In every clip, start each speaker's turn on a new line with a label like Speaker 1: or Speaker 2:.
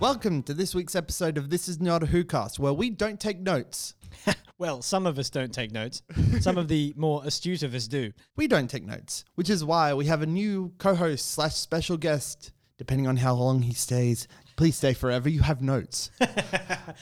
Speaker 1: Welcome to this week's episode of This Is Not a Who Cast, where we don't take notes.
Speaker 2: Well, some of us don't take notes. Some of the more astute of us do.
Speaker 1: We don't take notes, which is why we have a new co-host slash special guest. Depending on how long he stays, please stay forever. You have notes.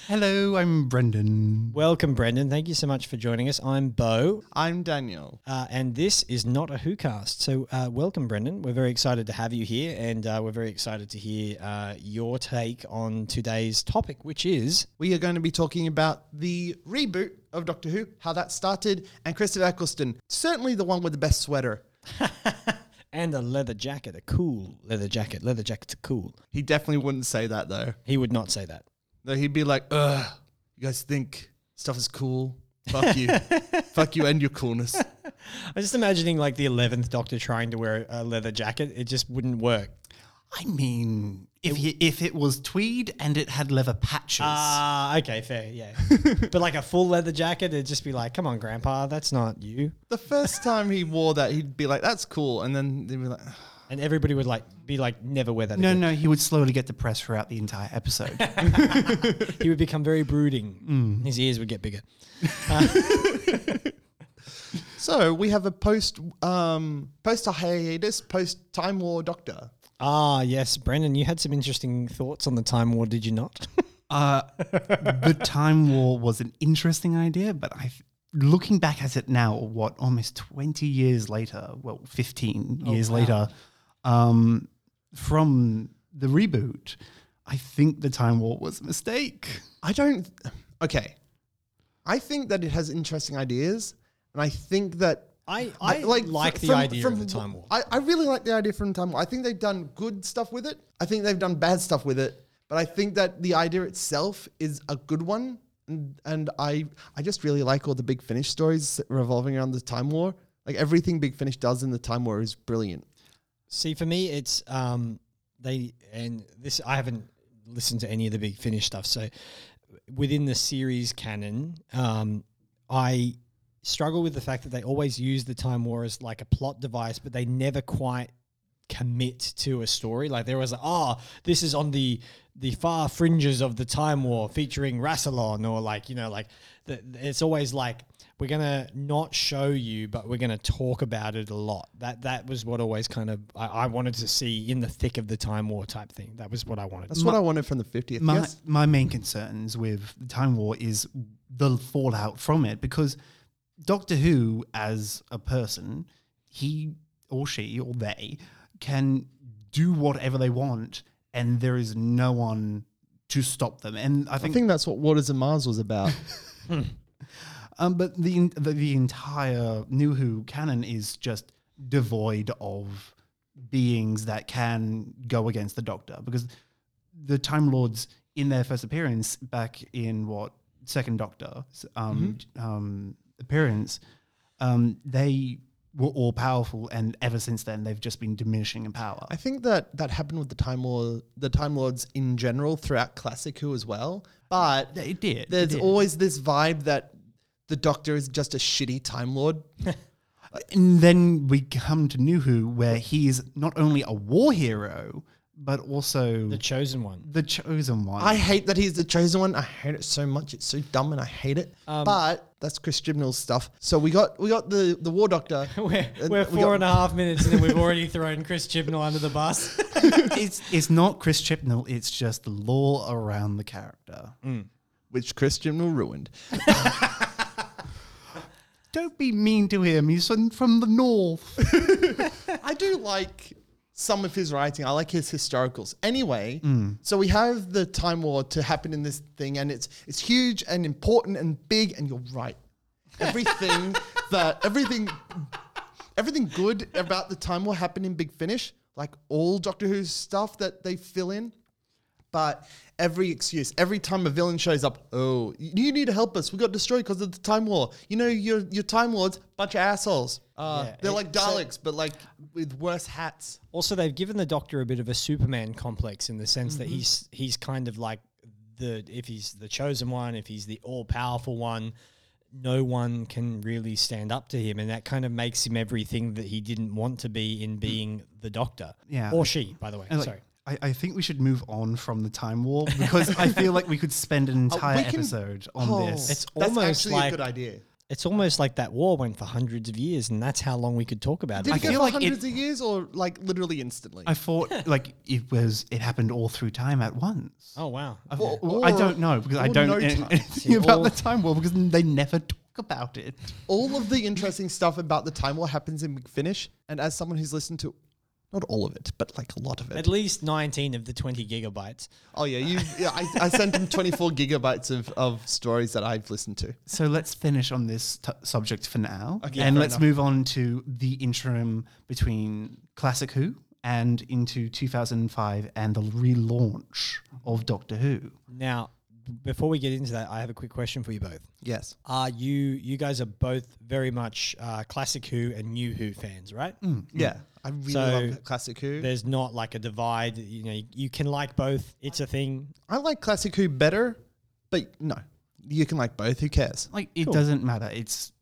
Speaker 1: Hello, I'm Brendan.
Speaker 2: Welcome, Brendan. Thank you so much for joining us. I'm Bo,
Speaker 1: I'm Daniel.
Speaker 2: uh, and this is not a Who cast. So, uh, welcome, Brendan. We're very excited to have you here, and uh, we're very excited to hear uh, your take on today's topic, which is
Speaker 1: We are going to be talking about the reboot of Doctor Who, how that started, and Kristen Eccleston, certainly the one with the best sweater.
Speaker 2: and a leather jacket, a cool leather jacket. Leather jackets are cool.
Speaker 1: He definitely wouldn't say that though.
Speaker 2: He would not say that.
Speaker 1: Though he'd be like, "Ugh, you guys think stuff is cool? Fuck you, fuck you, and your coolness."
Speaker 2: I'm just imagining like the eleventh Doctor trying to wear a leather jacket. It just wouldn't work.
Speaker 3: I mean, if you, if it was tweed and it had leather patches,
Speaker 2: Ah, okay, fair, yeah. but like a full leather jacket, it'd just be like, come on, grandpa, that's not you.
Speaker 1: The first time he wore that, he'd be like, "That's cool," and then they'd be like, "Ugh."
Speaker 2: And everybody would like be like, never wear that
Speaker 3: no,
Speaker 2: again.
Speaker 3: no, he would slowly get depressed throughout the entire episode.
Speaker 2: He would become very brooding.
Speaker 1: Mm.
Speaker 2: His ears would get bigger.
Speaker 1: "So we have a post, um, post hiatus, post Time War Doctor."
Speaker 2: Ah, yes, Brendan, you had some interesting thoughts on the Time War, did you not?
Speaker 3: uh, the Time War was an interesting idea, but I, looking back at it now, what almost twenty years later, well, fifteen years later, um, from the reboot, I think the Time War was a mistake.
Speaker 1: I don't. Okay, I think that it has interesting ideas, and I think that
Speaker 2: I, I like,
Speaker 1: like fr-
Speaker 2: the
Speaker 1: from-
Speaker 2: idea
Speaker 1: from
Speaker 2: of the
Speaker 1: wh-
Speaker 2: Time War.
Speaker 1: I, I really like the idea from Time War. I think they've done good stuff with it. I think they've done bad stuff with it. But I think that the idea itself is a good one. And, and I I just really like all the Big Finish stories revolving around the Time War. Like everything Big Finish does in the Time War is brilliant.
Speaker 2: See, for me, it's um, they and this. I haven't listened to any of the Big Finish stuff, so within the series canon, um, I struggle with the fact that they always use the Time War as like a plot device, but they never quite commit to a story. Like there was, ah, this is on the the far fringes of the Time War, featuring Rassilon, or like you know, like the, it's always like we're gonna not show you, but we're gonna talk about it a lot. That that was what always kind of I, I wanted to see in the thick of the Time War type thing. That was what I wanted.
Speaker 1: That's what I wanted from the 50th.
Speaker 3: My,
Speaker 1: yes?
Speaker 3: my main concerns with the Time War is the fallout from it because Doctor Who, as a person, he or she or they can do whatever they want, and there is no one to stop them. And I
Speaker 1: I
Speaker 3: think,
Speaker 1: think that's what Waters and Mars was about.
Speaker 3: um, but the, the the entire New Who canon is just devoid of beings that can go against the Doctor because the Time Lords in their first appearance back in what second Doctor um,
Speaker 1: Mm-hmm.
Speaker 3: um, appearance, um, they were all powerful, and ever since then they've just been diminishing in power.
Speaker 1: I think that that happened with the Time War, the Time Lords in general throughout Classic Who as well. But
Speaker 3: it did. it
Speaker 1: there's
Speaker 3: did.
Speaker 1: always this vibe that the Doctor is just a shitty Time Lord.
Speaker 3: And then we come to New Who, where he's not only a war hero but also
Speaker 2: the
Speaker 3: the,
Speaker 2: chosen one.
Speaker 3: chosen one.
Speaker 1: I hate that he's the chosen one. I hate it so much. It's so dumb, and I hate it.
Speaker 2: Um,
Speaker 1: but that's Chris Chibnall's stuff. So we got we got the the War Doctor.
Speaker 2: We're,
Speaker 1: and
Speaker 2: we're
Speaker 1: we
Speaker 2: four
Speaker 1: got-
Speaker 2: and a half minutes and then we've already thrown Chris Chibnall under the bus.
Speaker 3: it's it's not Chris Chibnall. It's just the law around the character.
Speaker 1: Mm. which Chris Chibnall ruined.
Speaker 3: Don't be mean to him. He's from from the north.
Speaker 1: I do like some of his writing. I like his historicals. Anyway, so we have the Time War to happen in this thing, and it's it's huge and important and big. And you're right. Everything that everything everything good about the Time War happened in Big Finish, like all Doctor Who stuff that they fill in. But every excuse, every time a villain shows up, oh, you need to help us. We got destroyed because of the Time War. You know, your your Time Lords, bunch of assholes. Uh,
Speaker 2: Yeah,
Speaker 1: they're
Speaker 2: it-
Speaker 1: like Daleks, but like with worse hats.
Speaker 2: Also, they've given the Doctor a bit of a Superman complex in the sense that he's he's kind of like the if he's the chosen one, if he's the all powerful one, no one can really stand up to him, and that kind of Mm. makes him everything that he didn't want to be in being the Doctor.
Speaker 3: Yeah.
Speaker 2: or she, by the way.
Speaker 3: And like,
Speaker 2: Sorry.
Speaker 3: I, I think we should move on from the Time War because I feel like we could spend an
Speaker 1: Oh, we
Speaker 3: entire
Speaker 1: can-
Speaker 3: episode on
Speaker 1: Oh,
Speaker 3: this.
Speaker 2: It's
Speaker 1: that's
Speaker 2: almost
Speaker 1: actually
Speaker 2: like-
Speaker 1: a good idea.
Speaker 2: It's almost like that war went for hundreds of years, and that's how long we could talk about
Speaker 1: Did
Speaker 2: it.
Speaker 1: it go
Speaker 3: feel
Speaker 1: for
Speaker 3: like it-
Speaker 1: hundreds of years or like literally instantly?
Speaker 3: I thought like it was it happened all through time at once.
Speaker 2: Oh wow!
Speaker 3: Or- or- I don't know because I
Speaker 1: or
Speaker 3: don't
Speaker 1: no
Speaker 3: know
Speaker 1: time.
Speaker 3: anything about
Speaker 2: or-
Speaker 3: the Time War because they never talk about it.
Speaker 1: all of the interesting stuff about the Time War happens in McFinish, and as someone who's listened to not all of it, but like a lot of it.
Speaker 2: At least nineteen of the twenty gigabytes.
Speaker 1: Oh yeah, you. Yeah, I, I sent him 24 gigabytes of, of stories that I've listened to.
Speaker 3: So let's finish on this t- subject for now,
Speaker 1: Okay,
Speaker 3: and
Speaker 1: fair
Speaker 3: let's
Speaker 1: enough.
Speaker 3: move on to the interim between Classic Who and into 2005 and the relaunch of Doctor Who.
Speaker 2: Now, before we get into that, I have a quick question for you both.
Speaker 1: Yes.
Speaker 2: Are you you guys are both very much uh, classic Who and new Who fans, right?
Speaker 1: Mm, Yeah, I really
Speaker 2: So-
Speaker 1: love classic Who.
Speaker 2: There's not like a divide. You know, you, you can like both. It's a thing.
Speaker 1: I like classic Who better, but no, you can like both. Who cares?
Speaker 3: Like it doesn't matter. It's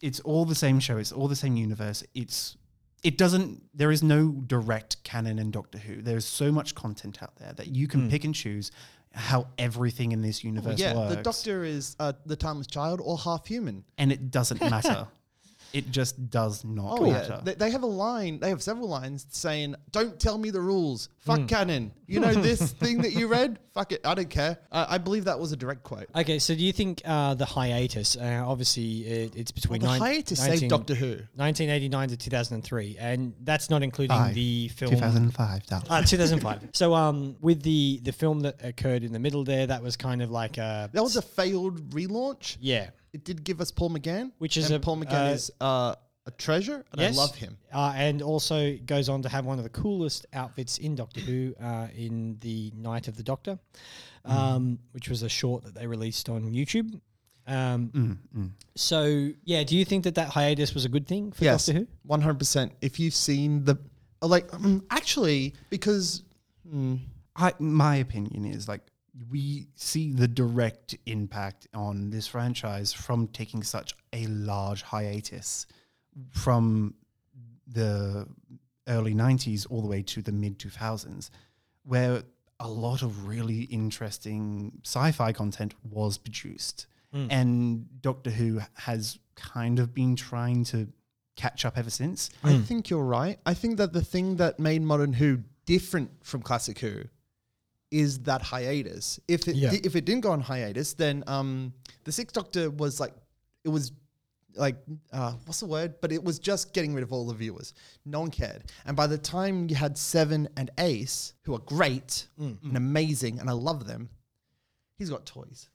Speaker 3: it's all the same show. It's all the same universe. It's it doesn't. There is no direct canon in Doctor Who. There is so much content out there that you can pick and choose how everything in this universe
Speaker 1: Mm. yeah,
Speaker 3: works.
Speaker 1: the Doctor is uh, the timeless child or half human.
Speaker 3: and it doesn't matter. it just does not
Speaker 1: Oh
Speaker 3: matter.
Speaker 1: yeah, they, they have a line. They have several lines saying, "Don't tell me the rules.
Speaker 2: Hmm.
Speaker 1: Fuck canon. You know this thing that you read. Fuck it. I don't care." Uh, I believe that was a direct quote.
Speaker 2: Okay, so do you think uh, the hiatus? Uh, obviously, it, it's between
Speaker 1: the
Speaker 2: nine-
Speaker 1: hiatus
Speaker 2: 19
Speaker 1: saved Doctor Who.
Speaker 2: 1989 to 2003, and that's not including
Speaker 3: Five.
Speaker 2: the film
Speaker 3: 2005. That
Speaker 2: Ah, 2005. so, um, with the the film that occurred in the middle there, that was kind of like a
Speaker 1: That was a failed relaunch.
Speaker 2: yeah.
Speaker 1: It did give us Paul McGann,
Speaker 2: Which is
Speaker 1: and
Speaker 2: a-
Speaker 1: Paul McGann
Speaker 2: uh,
Speaker 1: is uh, a treasure, and
Speaker 2: Yes.
Speaker 1: I love him.
Speaker 2: Uh, and also goes on to have one of the coolest outfits in Doctor Who uh, in the Night of the Doctor,
Speaker 1: Mm.
Speaker 2: um, which was a short that they released on YouTube. Um,
Speaker 1: Mm,
Speaker 2: So yeah, do you think that that hiatus was a good thing for
Speaker 1: Yes,
Speaker 2: Doctor Who?
Speaker 1: one hundred percent. If you've seen the, uh, like, mm, actually, because
Speaker 3: I, my opinion is like we see the direct impact on this franchise from taking such a large hiatus from the early 90s all the way to the mid 2000s where a lot of really interesting sci-fi content was produced and doctor who has kind of been trying to catch up ever since
Speaker 1: I think you're right. I think that the thing that made Modern Who different from Classic Who is that hiatus. If it
Speaker 2: Yeah.
Speaker 1: di- if it didn't go on hiatus, then um, the Sixth Doctor was like it was like uh, what's the word? But it was just getting rid of all the viewers. No one cared. And by the time you had Seven and Ace, who are great and amazing, and I love them, he's got toys.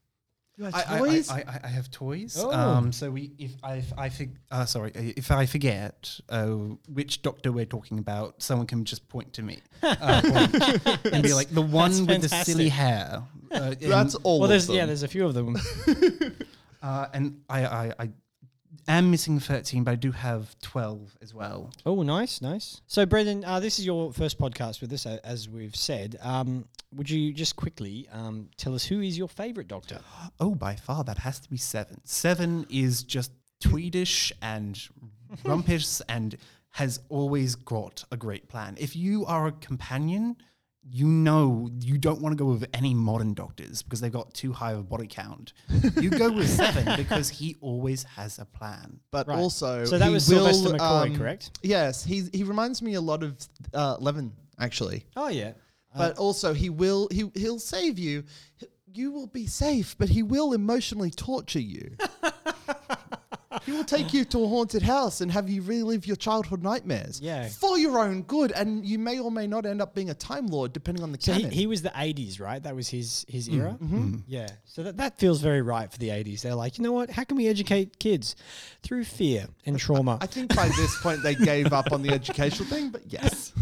Speaker 3: I,
Speaker 1: toys?
Speaker 3: I, I, I, I have toys.
Speaker 2: Oh.
Speaker 3: Um, so we, if I, if I fig- uh, sorry, uh, if I forget uh, which doctor we're talking about, someone can just point to me uh, point and be like the one with the silly
Speaker 2: fantastic.
Speaker 3: hair. Uh, and,
Speaker 1: That's all.
Speaker 2: Well,
Speaker 1: of
Speaker 2: there's
Speaker 1: them.
Speaker 2: yeah, there's a few of them.
Speaker 3: uh, and I, I, I am missing thirteen, but I do have twelve as well.
Speaker 2: oh, nice, nice. So, Brendan, uh, this is your first podcast with us, uh, as we've said. Um, would you just quickly um, tell us who is your favorite Doctor?
Speaker 3: Oh, by far that has to be seven. Seven is just tweedish and rumpish and has always got a great plan. If you are a companion, you know you don't want to go with any modern doctors because they've got too high of a body count. You go with seven because he always has a plan.
Speaker 1: but
Speaker 2: Right.
Speaker 1: also
Speaker 2: So that
Speaker 1: he
Speaker 2: was
Speaker 1: will,
Speaker 2: Sylvester McCoy,
Speaker 1: um,
Speaker 2: correct?
Speaker 1: Yes, he he reminds me a lot of uh, Levin actually,
Speaker 2: Oh yeah.
Speaker 1: but also he will he he'll save you. H- You will be safe, but he will emotionally torture you. he will take you to a haunted house and have you relive your childhood nightmares.
Speaker 2: Yeah.
Speaker 1: for your own good, and you may or may not end up being a time lord depending on the
Speaker 2: So he,
Speaker 1: canon.
Speaker 2: he was the 80s, right? That was his his era. Yeah. So that, that feels very right for the 80s. They're like, you know what? How can we educate kids through fear and trauma?
Speaker 1: I think by this point they gave up on the educational thing, but yes.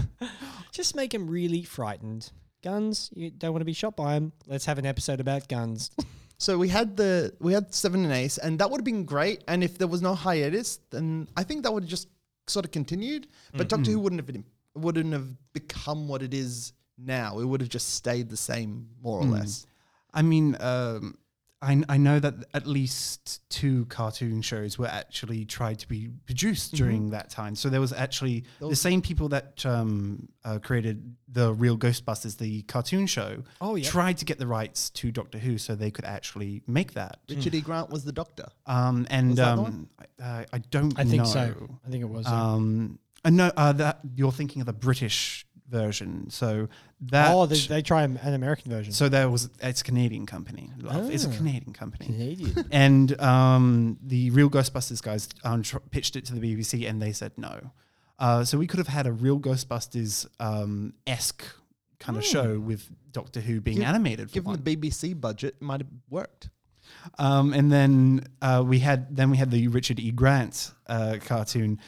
Speaker 2: Just make them really frightened. Guns, you don't want to be shot by them. Let's have an episode about guns.
Speaker 1: So we had the we had seven and ace, and that would have been great. And if there was no hiatus, then I think that would have just sort of continued. But
Speaker 3: Mm-hmm.
Speaker 1: Doctor Who wouldn't have been, wouldn't have become what it
Speaker 3: Mm.
Speaker 1: is now. It would have just stayed the same, more or less.
Speaker 3: I mean, um, I, I know that at least two cartoon shows were actually tried to be
Speaker 2: Mm-hmm.
Speaker 3: produced during that time. So there was actually the same people that um, uh, created the real Ghostbusters, the cartoon show,
Speaker 2: Oh, yeah.
Speaker 3: tried to get the rights to Doctor Who so they could actually make that.
Speaker 1: Richard E. Grant was the doctor.
Speaker 3: Um, and
Speaker 1: that the
Speaker 3: um, I, uh, I don't
Speaker 2: I think
Speaker 3: know.
Speaker 2: so. I think it was. yeah.
Speaker 3: Um, uh, no, uh, that you're thinking of the British version. So that
Speaker 2: oh, they, they try an an American version.
Speaker 3: so there was it's a Canadian company. Love. It's a
Speaker 2: Ah.
Speaker 3: Canadian company.
Speaker 2: Canadian.
Speaker 3: And um, the real Ghostbusters guys um, tr- pitched it to the BBC, and they said no. Uh, so we could have had a real Ghostbusters um, esque kind of show with Doctor Who being animated. For
Speaker 1: Given
Speaker 3: one.
Speaker 1: the BBC budget, it might have worked.
Speaker 3: Um, and then uh, we had then we had the Richard E. Grant uh, cartoon,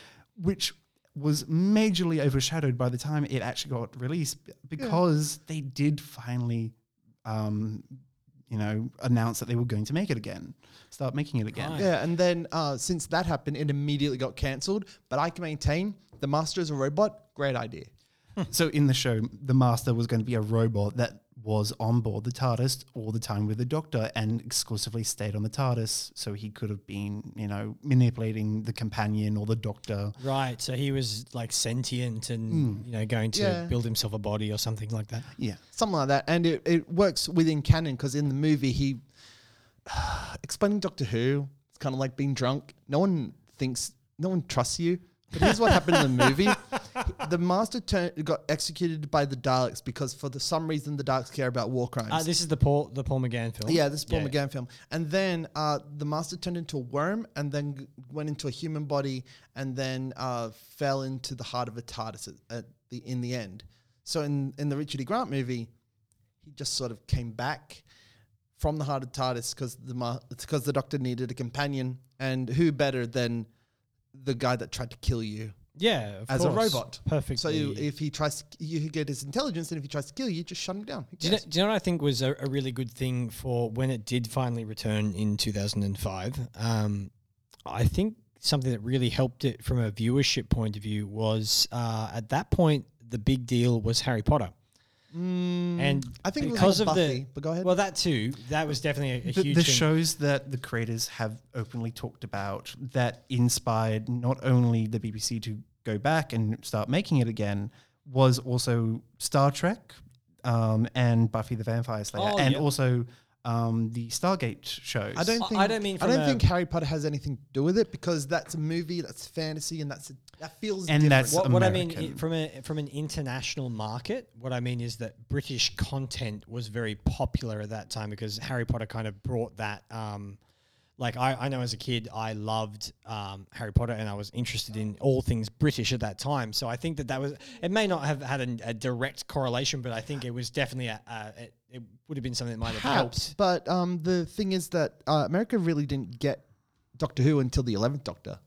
Speaker 3: which was majorly overshadowed by the time it actually got released because they did finally, um, you know, announce that they were going to make it again, start making it again.
Speaker 2: Right.
Speaker 1: Yeah, and then uh, since that happened, it immediately got cancelled. But I can maintain the Master is a robot. Great idea.
Speaker 3: So in the show, the Master was going to be a robot that was on board the TARDIS all the time with the Doctor and exclusively stayed on the TARDIS, so he could have been, you know, manipulating the companion or the Doctor.
Speaker 2: right. So he was like sentient and you know going to
Speaker 1: Yeah.
Speaker 2: build himself a body or something like that.
Speaker 3: Yeah.
Speaker 1: something like that. And it, it works within canon because in the movie, he explaining Doctor Who, it's kind of like being drunk. No one thinks, no one trusts you. But here's what happened in the movie: the Master turn, got executed by the Daleks because for the, some reason the Daleks care about war crimes.
Speaker 2: Uh, this is the Paul the Paul McGann film.
Speaker 1: yeah, this is Paul
Speaker 2: Yeah.
Speaker 1: McGann film. And then uh, the master turned into a worm and then g- went into a human body and then uh, fell into the heart of a TARDIS at, at the, in the end. So in, in the Richard E. Grant movie, he just sort of came back from the heart of TARDIS because the, ma- it's 'cause the doctor needed a companion. And who better than the guy that tried to kill you?
Speaker 2: Yeah, of
Speaker 1: As a
Speaker 2: course.
Speaker 1: robot.
Speaker 2: Perfectly.
Speaker 1: So you, if he tries, to, you get his intelligence, and if he tries to kill you, just shut him down. Who
Speaker 2: Do you, know,
Speaker 1: cares?
Speaker 2: do you know what I think was a, a really good thing for when it did finally return in 2005? Um, I think something that really helped it from a viewership point of view was uh, at that point, the big deal was Harry Potter.
Speaker 1: Hmm.
Speaker 2: and
Speaker 1: Mm. I think it was
Speaker 2: because
Speaker 1: more
Speaker 2: of the
Speaker 1: Buffy, but go ahead.
Speaker 2: well, that too, that was definitely a, a
Speaker 3: the,
Speaker 2: huge
Speaker 3: the
Speaker 2: thing.
Speaker 3: shows that the creators have openly talked about that inspired not only the BBC to go back and start making it again was also Star Trek um, and Buffy the Vampire Slayer
Speaker 2: Oh,
Speaker 3: and
Speaker 2: yeah.
Speaker 3: also um, the Stargate shows.
Speaker 1: I don't
Speaker 2: I-
Speaker 1: think
Speaker 2: I don't mean
Speaker 1: I
Speaker 2: from
Speaker 1: don't
Speaker 2: a-
Speaker 1: think Harry Potter has anything to do with it because that's a movie, that's fantasy, and that's that feels
Speaker 3: And
Speaker 1: different.
Speaker 3: that's-
Speaker 2: What, what I mean i-
Speaker 3: American.
Speaker 2: from a from an international market, what I mean is that British content was very popular at that time because Harry Potter kind of brought that. Um, like I, I know as a kid, I loved um, Harry Potter and I was interested in all things British at that time. So I think that that was. It may not have had an, a direct correlation, but I think it was definitely a. a it, it would have been something that might have
Speaker 1: perhaps,
Speaker 2: helped.
Speaker 1: but um, the thing is that uh, America really didn't get Doctor Who until the eleventh Doctor.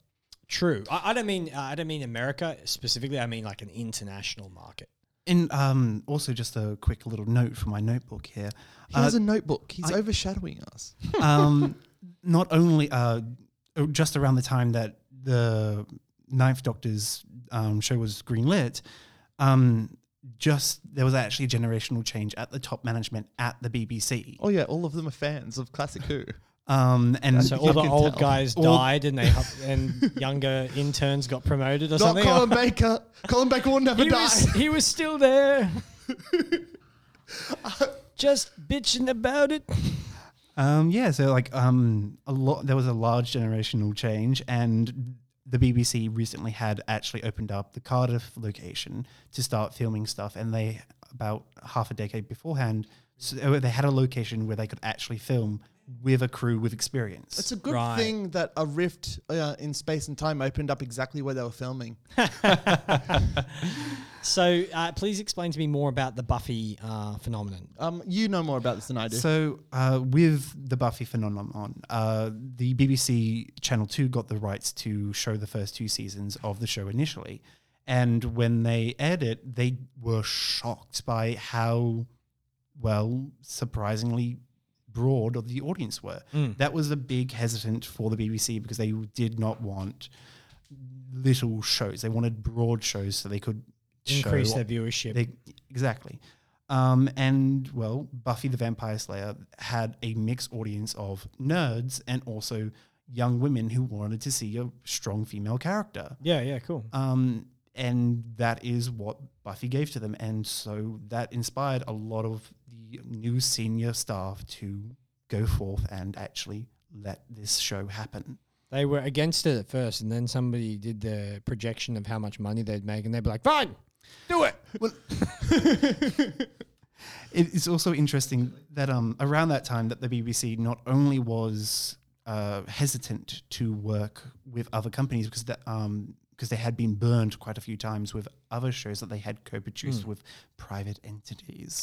Speaker 2: True. I, I don't mean uh, I don't mean America specifically. I mean like an international market.
Speaker 3: And um, also just a quick little note from my notebook here.
Speaker 1: He
Speaker 3: Uh,
Speaker 1: has a notebook. He's overshadowing us.
Speaker 3: um, not only uh, just around the time that the Ninth Doctor's um, show was greenlit, um, just there was actually a generational change at the top management at the BBC.
Speaker 1: Oh yeah, all of them are fans of classic Who.
Speaker 3: Um, and
Speaker 2: So all the
Speaker 1: can
Speaker 2: old
Speaker 1: tell.
Speaker 2: guys
Speaker 3: All-
Speaker 2: died, and they hu- and younger interns got promoted or
Speaker 1: Not
Speaker 2: something. Oh,
Speaker 1: Colin Baker. Colin Baker will never
Speaker 2: he
Speaker 1: die.
Speaker 2: was he was still there, just bitching about it.
Speaker 3: um, yeah, so like um, a lot there was a large generational change, and the BBC recently had actually opened up the Cardiff location to start filming stuff, and they about half a decade beforehand. So they had a location where they could actually film with a crew with experience.
Speaker 1: It's a good
Speaker 2: Right.
Speaker 1: thing that a rift uh, in space and time opened up exactly where they were filming.
Speaker 2: So uh, please explain to me more about the Buffy uh, phenomenon.
Speaker 1: Um, you know more about this than I do.
Speaker 3: So, uh, with the Buffy phenomenon, uh, the BBC Channel 2 got the rights to show the first two seasons of the show initially. And when they aired it, they were shocked by how, well, surprisingly broad of the audience were.
Speaker 1: Mm.
Speaker 3: That was a big hesitant for the BBC because they did not want little shows. They wanted broad shows so they could
Speaker 2: Increase
Speaker 3: show
Speaker 2: their viewership.
Speaker 3: they, exactly. Um, and well, Buffy the Vampire Slayer had a mixed audience of nerds and also young women who wanted to see a strong female character.
Speaker 2: Yeah, yeah, cool.
Speaker 3: Um, and that is what Buffy gave to them. And so that inspired a lot of the new senior staff to go forth and actually let this show happen.
Speaker 2: They were against it at first, and then somebody did the projection of how much money they'd make, and they'd be like, "Fine, do it."
Speaker 3: It is also interesting that um, around that time that the BBC not only was uh, hesitant to work with other companies because the, um, because they had been burned quite a few times with other shows that they had co-produced
Speaker 1: Hmm.
Speaker 3: with private entities.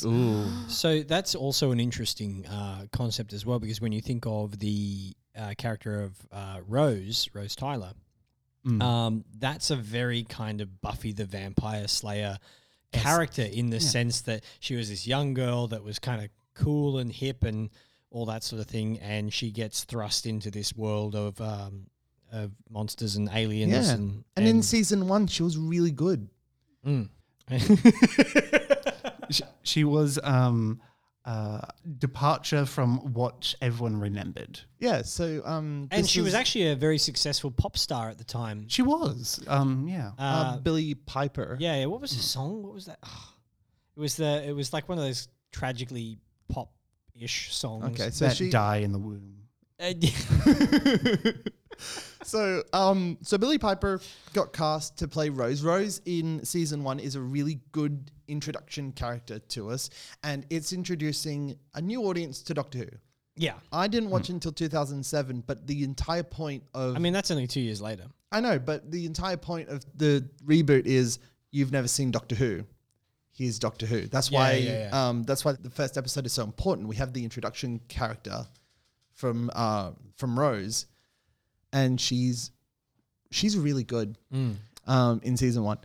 Speaker 2: So that's also an interesting uh, concept as well, because when you think of the uh, character of uh, Rose, Rose Tyler,
Speaker 1: Mm.
Speaker 2: um, that's a very kind of Buffy the Vampire Slayer character in the sense that she was this young girl that was kind of cool and hip and all that sort of thing, and she gets thrust into this world of um, of monsters and aliens
Speaker 1: Yeah.
Speaker 2: and,
Speaker 1: And, in season one, she was really good.
Speaker 3: She, she was um, uh, departure from what everyone remembered.
Speaker 1: Yeah. So, um,
Speaker 2: and
Speaker 1: this
Speaker 2: she was
Speaker 1: is,
Speaker 2: actually a very successful pop star at the time.
Speaker 3: She was, um, yeah.
Speaker 1: uh, Billy Piper.
Speaker 2: Yeah, yeah. What
Speaker 1: Hmm.
Speaker 2: was the song? What was that? It was the. It was like one of those tragically pop-ish songs.
Speaker 1: Okay. So
Speaker 3: that
Speaker 1: she.
Speaker 3: die in the womb.
Speaker 2: Uh,
Speaker 1: So, um, so Billy Piper got cast to play Rose. Rose in season one is a really good introduction character to us, and it's introducing a new audience to Doctor Who.
Speaker 2: yeah.
Speaker 1: I didn't watch until 2007, but the entire point of
Speaker 2: I mean, that's only two years later.
Speaker 1: I know, but the entire point of the reboot is you've never seen Doctor Who. Here's Doctor Who. That's
Speaker 2: Yeah,
Speaker 1: why.
Speaker 2: yeah, yeah.
Speaker 1: Um, that's why the first episode is so important. We have the introduction character from uh, from Rose, and she's she's really good
Speaker 2: Mm.
Speaker 1: um, in season one.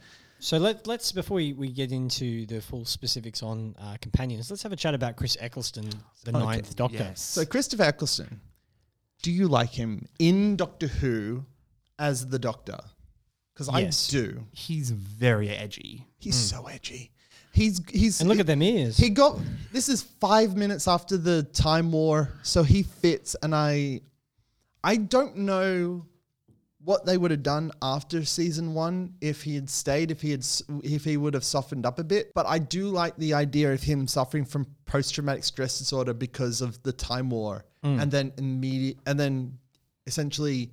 Speaker 2: So let, let's before we, we get into the full specifics on uh, companions, let's have a chat about Chris Eccleston, the Ninth Doctor.
Speaker 1: So Christopher Eccleston, do you like him in Doctor Who as the Doctor? Because
Speaker 2: Yes. Mm.
Speaker 1: I do.
Speaker 3: He's very edgy.
Speaker 1: He's so edgy. He's he's
Speaker 2: And look at them ears.
Speaker 1: He got this is five minutes after the time war, so he fits, and I, I don't know what they would have done after season one if he had stayed, if he had, s- if he would have softened up a bit. But I do like the idea of him suffering from post traumatic stress disorder because of the time war, and then immediate, and then essentially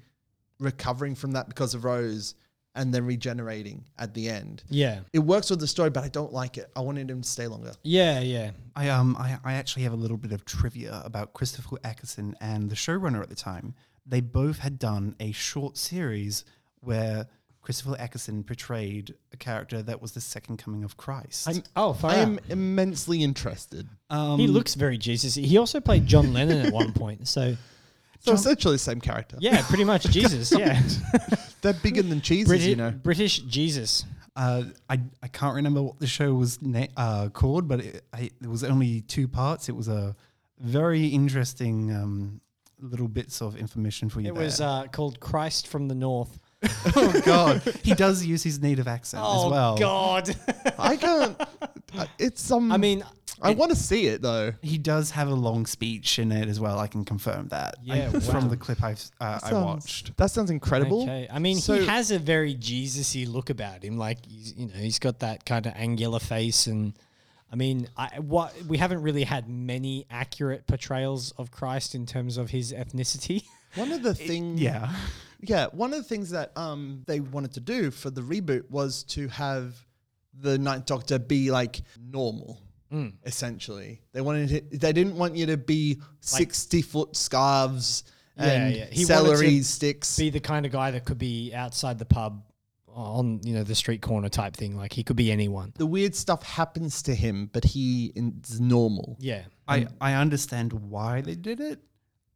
Speaker 1: recovering from that because of Rose, and then regenerating at the end.
Speaker 2: yeah.
Speaker 1: It works with the story, but I don't like it. I wanted him to stay longer.
Speaker 2: Yeah, yeah.
Speaker 3: I um I, I actually have a little bit of trivia about Christopher Eccleston and the showrunner at the time. They both had done a short series where Christopher Eccleston portrayed a character that was the second coming of Christ.
Speaker 2: oh, far
Speaker 1: I
Speaker 2: out.
Speaker 1: am immensely interested.
Speaker 3: um,
Speaker 2: he looks very Jesus. He also played John Lennon at one point. So
Speaker 1: So essentially the same character.
Speaker 2: yeah, pretty much Jesus. Yeah,
Speaker 1: They're bigger than cheeses,
Speaker 2: British,
Speaker 1: you know.
Speaker 2: British Jesus.
Speaker 3: uh, I I can't remember what the show was na- uh, called, but it, I, it was only two parts. It was a very interesting um, little bits of information for you.
Speaker 2: It was
Speaker 3: there.
Speaker 2: uh, called Christ from the North.
Speaker 3: oh god, he does use his native accent
Speaker 2: Oh,
Speaker 3: as well.
Speaker 2: God.
Speaker 1: I can't. I- It's um.
Speaker 2: I mean,
Speaker 1: I want to see it though.
Speaker 3: He does have a long speech in it as well. I can confirm that.
Speaker 2: Yeah,
Speaker 3: I-
Speaker 2: wow.
Speaker 3: from the clip I've uh, I
Speaker 1: Sounds-
Speaker 3: watched.
Speaker 1: That sounds incredible.
Speaker 2: okay. I mean,
Speaker 1: So-
Speaker 2: he has a very Jesusy look about him. Like he's, you know, he's got that kind of angular face, and I mean, I what we haven't really had many accurate portrayals of Christ in terms of his ethnicity.
Speaker 1: One of the things.
Speaker 3: Yeah,
Speaker 1: Yeah. One of the things that um they wanted to do for the reboot was to have the Ninth Doctor be like normal.
Speaker 2: Mm.
Speaker 1: Essentially, they wanted it, they didn't want you to be sixty foot scarves and
Speaker 2: yeah. He wanted to
Speaker 1: celery sticks.
Speaker 2: Be the kind of guy that could be outside the pub, on you know the street corner type thing. Like he could be anyone.
Speaker 1: the weird stuff happens to him, but he is normal.
Speaker 2: Yeah.
Speaker 1: Mm.
Speaker 3: I I understand why they did it.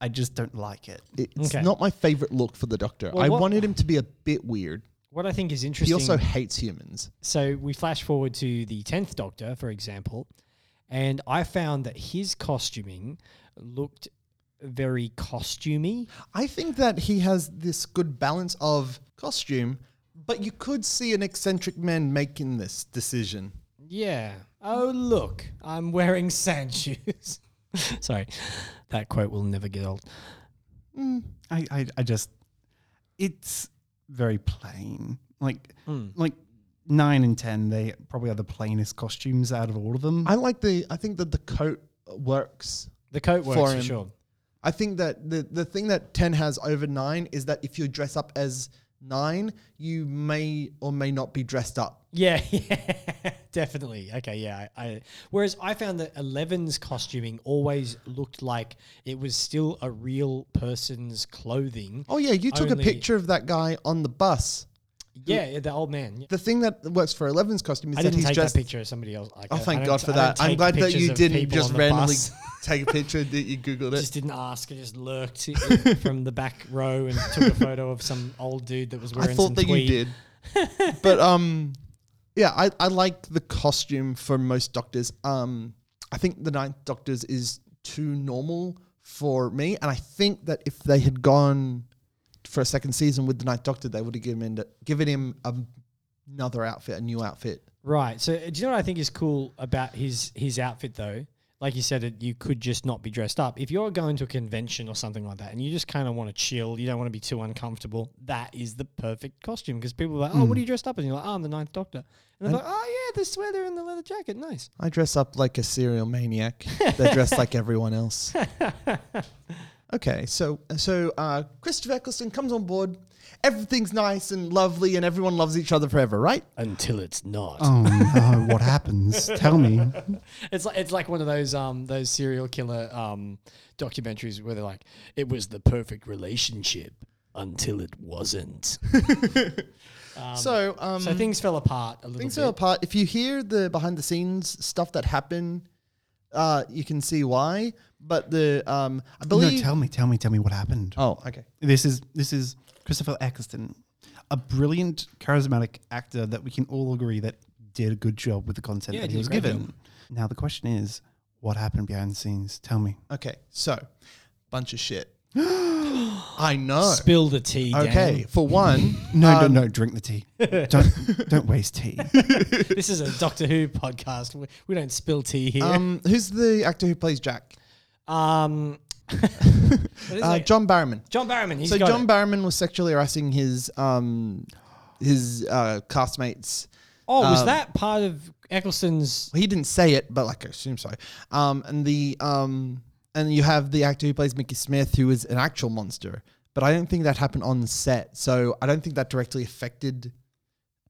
Speaker 3: I just don't like it.
Speaker 1: It's
Speaker 2: Okay.
Speaker 1: not my favorite look for the Doctor.
Speaker 2: Well,
Speaker 1: I
Speaker 2: what-
Speaker 1: wanted him to be a bit weird.
Speaker 2: What I think is
Speaker 1: He
Speaker 2: interesting.
Speaker 1: also hates humans.
Speaker 2: so we flash forward to the 10th doctor for example and i found that his costuming looked very costumey
Speaker 1: I think that he has this good balance of costume, but you could see an eccentric man making this decision.
Speaker 2: yeah Oh, look, I'm wearing sand shoes. Sorry, that quote will never get old.
Speaker 3: I, I, I just it's very plain. Like
Speaker 1: Mm.
Speaker 3: like nine and ten, they probably are the plainest costumes out of all of them.
Speaker 1: I like the. I think that the coat works.
Speaker 2: The coat works
Speaker 1: For
Speaker 2: for,
Speaker 1: him.
Speaker 2: sure.
Speaker 1: I think that the the thing that ten has over nine is that if you dress up as nine, you may or may not be dressed up.
Speaker 2: Yeah, yeah, definitely. Okay, yeah. I, I whereas I found that Eleven's costuming always looked like it was still a real person's clothing.
Speaker 1: Oh yeah, you took
Speaker 2: Only-
Speaker 1: a picture of that guy on the bus.
Speaker 2: Yeah, yeah, the old man. yeah.
Speaker 1: The thing that works for Eleven's costume is
Speaker 2: I
Speaker 1: that
Speaker 2: didn't
Speaker 1: he's
Speaker 2: take
Speaker 1: dressed.
Speaker 2: that picture of somebody else. Like, uh,
Speaker 1: Oh,
Speaker 2: I
Speaker 1: thank
Speaker 2: don't-
Speaker 1: God for
Speaker 2: I don't
Speaker 1: that. I'm
Speaker 2: take
Speaker 1: glad that
Speaker 2: pictures
Speaker 1: you
Speaker 2: of
Speaker 1: didn't
Speaker 2: people
Speaker 1: just
Speaker 2: on the
Speaker 1: randomly
Speaker 2: bus.
Speaker 1: take a picture that you googled it.
Speaker 2: just didn't ask. I just lurked i- from the back row and took a photo of some old dude that was wearing
Speaker 1: I thought
Speaker 2: some
Speaker 1: that
Speaker 2: tweed.
Speaker 1: you did. but um yeah, I, I like the costume for most doctors. Um I think the ninth doctors is too normal for me. And I think that if they had gone for a second season with the ninth doctor, they would have given him given him another outfit, a new outfit.
Speaker 2: Right. So uh, do you know what I think is cool about his his outfit though? Like you said, it, you could just not be dressed up. If you're going to a convention or something like that, and you just kind of want to chill, you don't want to be too uncomfortable. That is the perfect costume because people are like, "Oh, what are
Speaker 1: Hmm.
Speaker 2: you dressed up?" as?" And you're like, "Oh, I'm the Ninth Doctor." And they're like, "Oh yeah, the sweater and the leather jacket, nice."
Speaker 1: I dress up like a serial maniac. They dress like everyone else. Okay, so so uh, Christopher Eccleston comes on board. Everything's nice and lovely, and everyone loves each other forever, right?
Speaker 2: Until it's not.
Speaker 3: Oh no! What happens? Tell me.
Speaker 2: It's like it's like one of those um those serial killer um documentaries where they're like, "It was the perfect relationship until it wasn't."
Speaker 1: so, um,
Speaker 2: So things fell apart a little
Speaker 1: things
Speaker 2: bit.
Speaker 1: are apart. If you hear the behind the scenes stuff that happened, uh, you can see why. But the um, I believe.
Speaker 3: No, tell me, tell me, tell me what happened.
Speaker 1: oh, okay.
Speaker 3: This is this is Christopher Eccleston, a brilliant, charismatic actor that we can all agree that did a good job with the content
Speaker 2: Yeah,
Speaker 3: that
Speaker 2: did
Speaker 3: he
Speaker 2: a
Speaker 3: was
Speaker 2: great
Speaker 3: given. Now the question is, what happened behind the scenes? Tell me.
Speaker 1: Okay. So, bunch of shit. I know.
Speaker 2: Spill the tea. Dan.
Speaker 1: Okay. For one,
Speaker 3: No, no, no. Drink the tea. don't don't waste tea.
Speaker 2: this is a Doctor Who podcast. We, we don't spill tea here. Um,
Speaker 1: um, who's the actor who plays Jack?
Speaker 2: what is
Speaker 1: Uh,
Speaker 2: it?
Speaker 1: John Barrowman.
Speaker 2: John Barrowman. He's
Speaker 1: so
Speaker 2: got
Speaker 1: John
Speaker 2: it.
Speaker 1: Barrowman was sexually harassing his um, his uh, castmates.
Speaker 2: oh,
Speaker 1: um,
Speaker 2: was that part of Eccleston's?
Speaker 1: Well, he didn't say it, but like I assume so. Um, and the um, and you have the actor who plays Mickey Smith, who is an actual monster. But I don't think that happened on set, so I don't think that directly affected.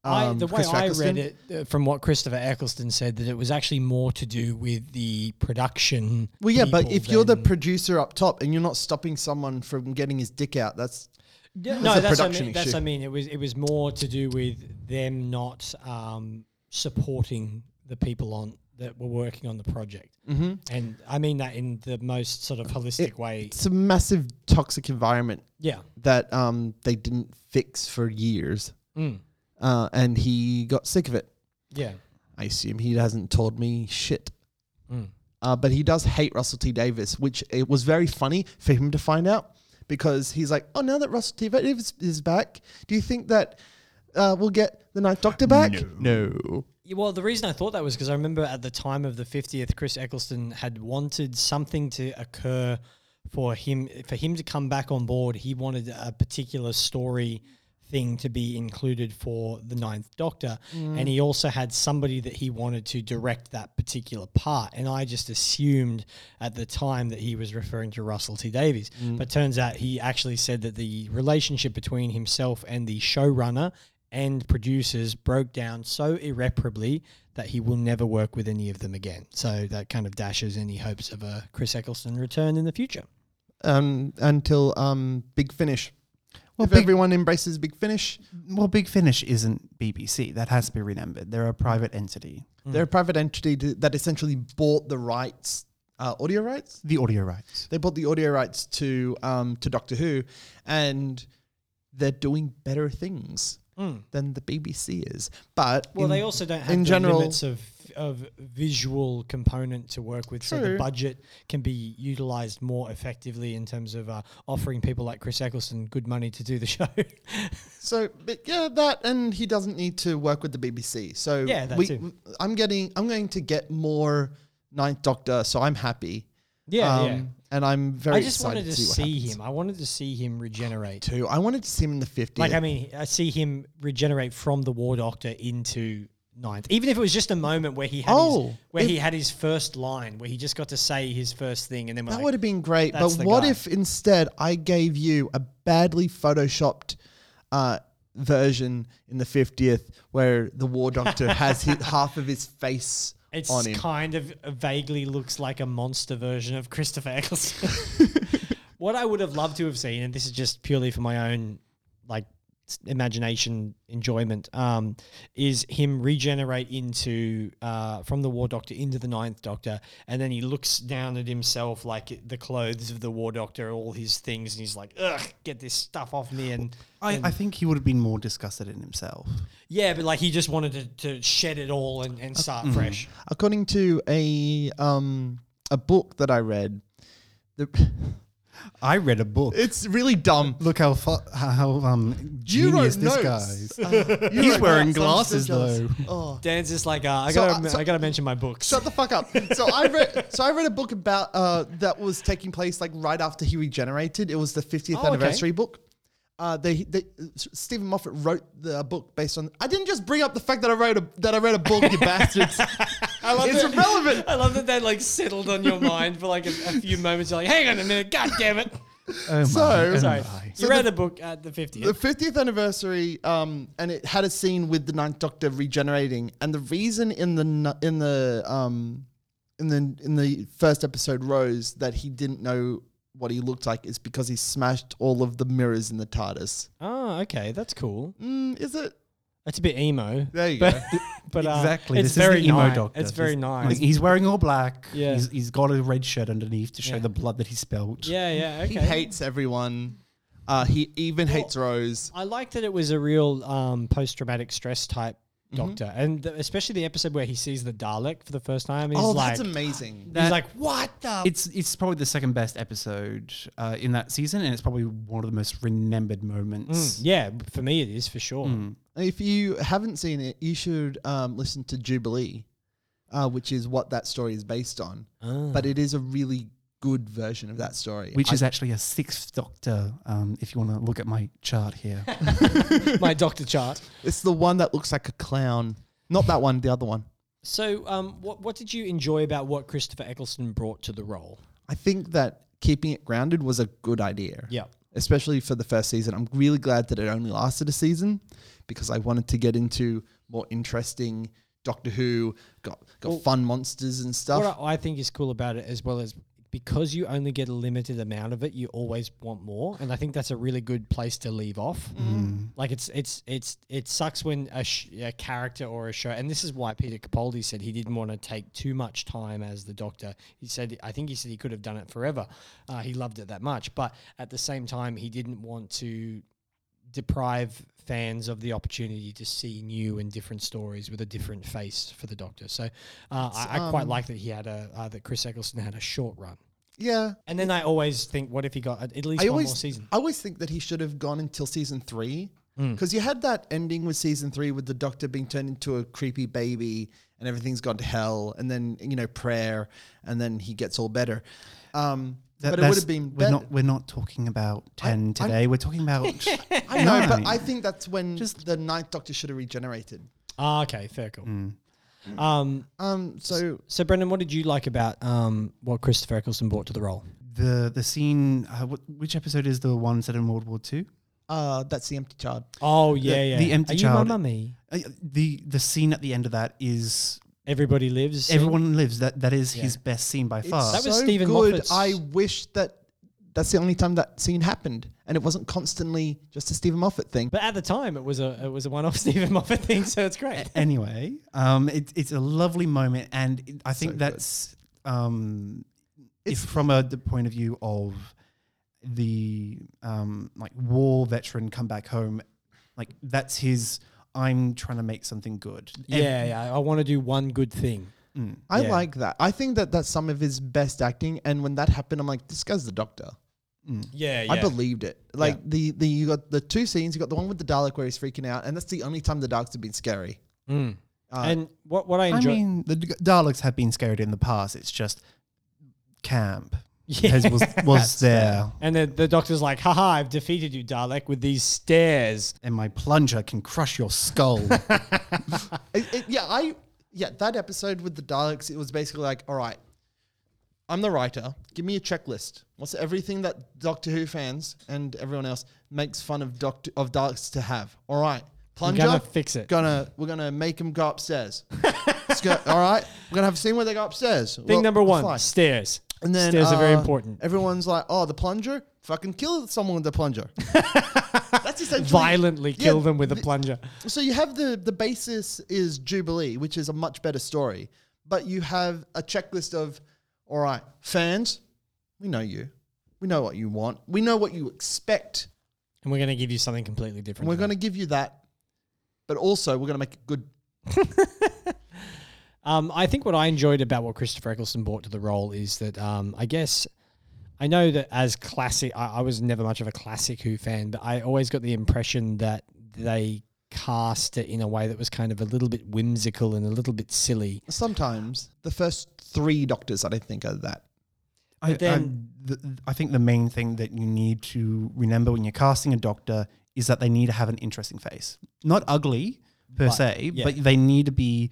Speaker 2: I,
Speaker 1: um,
Speaker 2: the way
Speaker 1: Christopher
Speaker 2: I
Speaker 1: Eccleston.
Speaker 2: read it, uh, from what Christopher Eccleston said, that it was actually more to do with the production.
Speaker 1: Well, yeah, but
Speaker 2: people
Speaker 1: if you're the
Speaker 2: than-
Speaker 1: producer up top and you're not stopping someone from getting his dick out, that's
Speaker 2: Yeah, no,
Speaker 1: a
Speaker 2: that's what I
Speaker 1: production
Speaker 2: mean. That's
Speaker 1: issue.
Speaker 2: what I mean. It was it was more to do with them not um, supporting the people on that were working on the project, mm-hmm. and I mean that in the most sort of holistic way.
Speaker 1: it's a massive toxic environment
Speaker 2: Yeah,
Speaker 1: that um, they didn't fix for years, uh, and he got sick of it.
Speaker 2: Mm. yeah.
Speaker 1: I assume he hasn't told me shit.
Speaker 2: Mm.
Speaker 1: Uh, but he does hate Russell T Davis, which it was very funny for him to find out because he's like, oh, now that Russell T Davis is back, do you think that uh, we'll get the Night Doctor back? No.
Speaker 2: Yeah, well, the reason I thought that was because I remember at the time of the 50th, Chris Eccleston had wanted something to occur for him for him to come back on board. He wanted a particular story thing to be included for the Ninth Doctor, and he also had somebody that he wanted to direct that particular part. And I just assumed at the time that he was referring to Russell T Davies, but turns out he actually said that the relationship between himself and the showrunner and producers broke down so irreparably that he will never work with any of them again. So that kind of dashes any hopes of a Chris Eccleston return in the future.
Speaker 1: Um, until um, Big Finish.
Speaker 3: Well,
Speaker 1: if
Speaker 3: Big-
Speaker 1: everyone embraces Big Finish,
Speaker 3: Well, Big Finish isn't BBC. That has to be remembered. They're a private entity.
Speaker 1: they're a private entity to- that essentially bought the rights, uh, audio rights?
Speaker 3: The audio rights.
Speaker 1: They bought the audio rights to um, to Doctor Who, and they're doing better things. than the BBC is. But
Speaker 2: Well,
Speaker 1: in-
Speaker 2: they also don't have
Speaker 1: in
Speaker 2: the
Speaker 1: general-
Speaker 2: limits of of visual component to work with, so
Speaker 1: True.
Speaker 2: the budget can be utilized more effectively in terms of uh, offering people like Chris Eccleston good money to do the show.
Speaker 1: So, but yeah, that, and he doesn't need to work with the BBC. So
Speaker 2: Yeah, that
Speaker 1: we,
Speaker 2: too.
Speaker 1: I'm getting, I'm going to get more Ninth Doctor, so I'm happy. Um,
Speaker 2: yeah, yeah.
Speaker 1: And I'm very.
Speaker 2: Um, I just
Speaker 1: excited
Speaker 2: wanted to
Speaker 1: see, what
Speaker 2: see
Speaker 1: happens.
Speaker 2: him. I wanted to see him regenerate.
Speaker 1: too. I wanted to see him in the 50s.
Speaker 2: Like, I mean, I see him regenerate from the War Doctor into ninth. Even if it was just a moment where he had
Speaker 1: Oh,
Speaker 2: his, where
Speaker 1: if-
Speaker 2: he had his first line, where he just got to say his first thing, and then we're
Speaker 1: that
Speaker 2: like,
Speaker 1: would have been great. But
Speaker 2: That's the
Speaker 1: what
Speaker 2: guy.
Speaker 1: if instead I gave you a badly photoshopped uh, version in the 50th where the War Doctor has hit half of his face
Speaker 2: It's
Speaker 1: on him?
Speaker 2: kind of vaguely looks like a monster version of Christopher Eccleston. what I would have loved to have seen, and this is just purely for my own like s- imagination enjoyment, um, is him regenerate into uh, from the War Doctor into the Ninth Doctor, and then he looks down at himself like the clothes of the War Doctor, all his things, and he's like, "Ugh, get this stuff off me!" And
Speaker 3: I, I think he would have been more disgusted in himself.
Speaker 2: yeah, but like he just wanted to, to shed it all and,
Speaker 3: Uh,
Speaker 2: and start
Speaker 3: mm-hmm.
Speaker 2: fresh.
Speaker 1: According to a um, a book that I read, the,
Speaker 3: I read a book.
Speaker 1: it's really dumb.
Speaker 3: Look how fu- how um
Speaker 1: You
Speaker 3: genius
Speaker 1: wrote notes.
Speaker 3: this guy is.
Speaker 1: You
Speaker 3: He's
Speaker 1: wrote
Speaker 3: wearing
Speaker 1: that, so I'm
Speaker 3: glasses
Speaker 1: still
Speaker 3: though.
Speaker 1: jealous. Oh.
Speaker 2: Dan's just like, uh, I
Speaker 1: So,
Speaker 2: gotta,
Speaker 1: uh,
Speaker 2: me-
Speaker 1: so-
Speaker 2: I gotta mention my books.
Speaker 1: Shut the fuck up. So I read so I read a book about uh, that was taking place like right after he regenerated. It was the 50th
Speaker 2: okay.
Speaker 1: anniversary book. Uh, they, they Stephen Moffat wrote the book based on. I didn't just bring up the fact that I wrote a that I read a book, you bastards.
Speaker 2: I love
Speaker 1: It's
Speaker 2: that-
Speaker 1: irrelevant.
Speaker 2: I love that that like settled on your mind for like a, a few moments. You're like, hang on a minute, god damn it.
Speaker 3: Oh my,
Speaker 1: So-
Speaker 3: oh
Speaker 2: Sorry,
Speaker 3: my.
Speaker 2: you read the, book at the
Speaker 1: the
Speaker 2: 50th.
Speaker 1: 50th anniversary, um, and it had a scene with the Ninth Doctor regenerating. And the reason in the nu- in the um, in the in the first episode Rose that he didn't know what he looked like is because he smashed all of the mirrors in the TARDIS.
Speaker 2: Oh, okay, that's cool.
Speaker 1: Mm, is it?
Speaker 2: That's a bit emo.
Speaker 1: There you
Speaker 2: But,
Speaker 1: go.
Speaker 2: but uh,
Speaker 3: exactly.
Speaker 2: it's
Speaker 3: this
Speaker 2: very
Speaker 3: is the emo
Speaker 2: nice.
Speaker 3: doctor.
Speaker 2: It's very
Speaker 3: He's-
Speaker 2: nice.
Speaker 3: like, he's wearing all black.
Speaker 2: Yeah.
Speaker 3: He's, he's got a red shirt underneath to show
Speaker 2: Yeah.
Speaker 3: the blood that he spilt.
Speaker 2: yeah, yeah, okay.
Speaker 1: He hates everyone. Uh, he even hates Rose.
Speaker 2: I like that it was a real um, post-traumatic stress type
Speaker 1: Mm-hmm.
Speaker 2: doctor, and the, especially the episode where he sees the Dalek for the first time. And he's
Speaker 1: Oh,
Speaker 2: like, "Ah,
Speaker 1: that's amazing.
Speaker 2: he's
Speaker 3: That-
Speaker 2: like, what the?
Speaker 3: Um, It's it's probably the second best episode uh, in that season, and it's probably one of the most remembered
Speaker 1: Mm.
Speaker 3: moments. Mm,
Speaker 2: yeah, for me it is for sure.
Speaker 1: If you haven't seen it, you should um, listen to Jubilee, uh, which is what that story is based on.
Speaker 2: Ah. Hmm.
Speaker 1: But it is a really good version of that story.
Speaker 3: Which is actually a sixth Doctor. Um, if you want to look at my chart here,
Speaker 2: My doctor chart.
Speaker 1: it's the one that looks like a clown. Not that one, the other one.
Speaker 2: So, um, what what did you enjoy about what Christopher Eccleston brought to the role?
Speaker 1: I think that keeping it grounded was a good idea.
Speaker 2: Yeah.
Speaker 1: Especially for the first season. I'm really glad that it only lasted a season because I wanted to get into more interesting Doctor Who, got got fun monsters and stuff.
Speaker 2: What I I think is cool about it, as well as because you only get a limited amount of it, you always want more, and I think that's a really good place to leave off. Like it's it's it's it sucks when a, sh- a character or a show, and this is why Peter Capaldi said he didn't want to take too much time as the Doctor. He said I think he said he could have done it forever. Uh, he loved it that much, but at the same time, he didn't want to deprive fans of the opportunity to see new and different stories with a different face for the Doctor. So uh, I, I quite like that he had a uh, that Chris Eccleston had a short run.
Speaker 1: yeah.
Speaker 2: And then I always think, what if he got at least
Speaker 1: I
Speaker 2: one
Speaker 1: always
Speaker 2: more season?
Speaker 1: I always think that he should have gone until season three. Because you had that ending with season three with the doctor being turned into a creepy baby and everything's gone to hell and then, you know, prayer and then he gets all better. Um
Speaker 3: That-
Speaker 1: but it would
Speaker 3: that's-
Speaker 1: have been
Speaker 3: We're
Speaker 1: better.
Speaker 3: not we're not talking about ten today. we're talking about
Speaker 1: I know, but
Speaker 3: nine.
Speaker 1: I think that's when
Speaker 3: Just-
Speaker 1: the ninth doctor should have regenerated.
Speaker 2: Ah, okay, fair cool. Um,
Speaker 1: Um, so
Speaker 2: so Brendan, what did you like about um, what Christopher Eccleston brought to the role?
Speaker 3: the the scene. Uh, wh- which episode is the one set in World War Two?
Speaker 1: uh, that's the empty child.
Speaker 2: Oh yeah, yeah.
Speaker 3: the empty
Speaker 2: Are
Speaker 3: child-
Speaker 2: you my mummy?
Speaker 3: Uh, the the scene at the end of that is
Speaker 2: Everybody lives.
Speaker 3: everyone lives. That that is his
Speaker 2: Yeah.
Speaker 3: best scene by
Speaker 1: It's
Speaker 3: far.
Speaker 2: That was
Speaker 1: so
Speaker 2: Stephen
Speaker 1: good.
Speaker 2: Moffat's-
Speaker 1: I wish that that's the only time that scene happened, and it wasn't constantly just a Stephen Moffat thing.
Speaker 2: But at the time, it was a it was a one off Stephen Moffat thing, so it's great.
Speaker 3: anyway, um, it, it's a lovely moment, and it, I
Speaker 1: So
Speaker 3: think
Speaker 1: good.
Speaker 3: that's um, if
Speaker 1: It's-
Speaker 3: from a the point of view of the um, like war veteran come back home Like that's his. I'm trying to make something good. And mm.
Speaker 2: yeah, yeah. I want to do one good thing.
Speaker 1: I
Speaker 2: Yeah.
Speaker 1: like that. I think that that's some of his best acting. And when that happened, I'm like, this guy's the doctor.
Speaker 2: Yeah,
Speaker 1: I believed it. Like the the you got the two scenes. You got the one with the Dalek where he's freaking out, and that's the only time the Daleks have been scary. Uh,
Speaker 2: and what what I
Speaker 3: I
Speaker 2: enjoy.
Speaker 3: mean, the D- Daleks have been scared in the past. It's just camp
Speaker 2: Yeah.
Speaker 3: has- was was there,
Speaker 2: and the, the doctor's like, haha, I've defeated you, Dalek, with these stairs.
Speaker 3: and my plunger can crush your skull.
Speaker 1: It- it- yeah, I yeah that episode with the Daleks. It was basically like, all right, I'm the writer. Give me a checklist. What's everything that Doctor Who fans and everyone else makes fun of Doctor of Daleks to have? All right, plunger.
Speaker 2: gonna fix it.
Speaker 1: Gonna we're gonna make them go upstairs. It's go- all right, we're gonna have a scene where they go upstairs.
Speaker 2: Thing
Speaker 1: Well,
Speaker 2: number one,
Speaker 1: fine.
Speaker 2: stairs.
Speaker 1: And then
Speaker 2: stairs are very
Speaker 1: uh,
Speaker 2: important.
Speaker 1: Everyone's like, "Oh, the plunger! Fucking kill someone with the plunger." That's essentially
Speaker 2: Violently
Speaker 1: Yeah,
Speaker 2: kill them with a
Speaker 1: th-
Speaker 2: plunger.
Speaker 1: So you have the the basis is Jubilee, which is a much better story, but you have a checklist of, all right, fans, we know you, we know what you want, we know what you expect,
Speaker 2: And we're going to give you something completely
Speaker 1: and
Speaker 2: different.
Speaker 1: we're going to give you that, but also we're going to make it good.
Speaker 2: Um, I think what I enjoyed about what Christopher Eccleston brought to the role is that um, I guess I know that as classic, I, I was never much of a classic Who fan, but I always got the impression that they cast it in a way that was kind of a little bit whimsical and a little bit silly.
Speaker 1: Sometimes the first three doctors, I don't think, are that.
Speaker 3: I,
Speaker 2: then-
Speaker 3: I, th I think the main thing that you need to remember when you're casting a doctor is that they need to have an interesting face. Not ugly per se,
Speaker 2: yeah.
Speaker 3: but they need to be.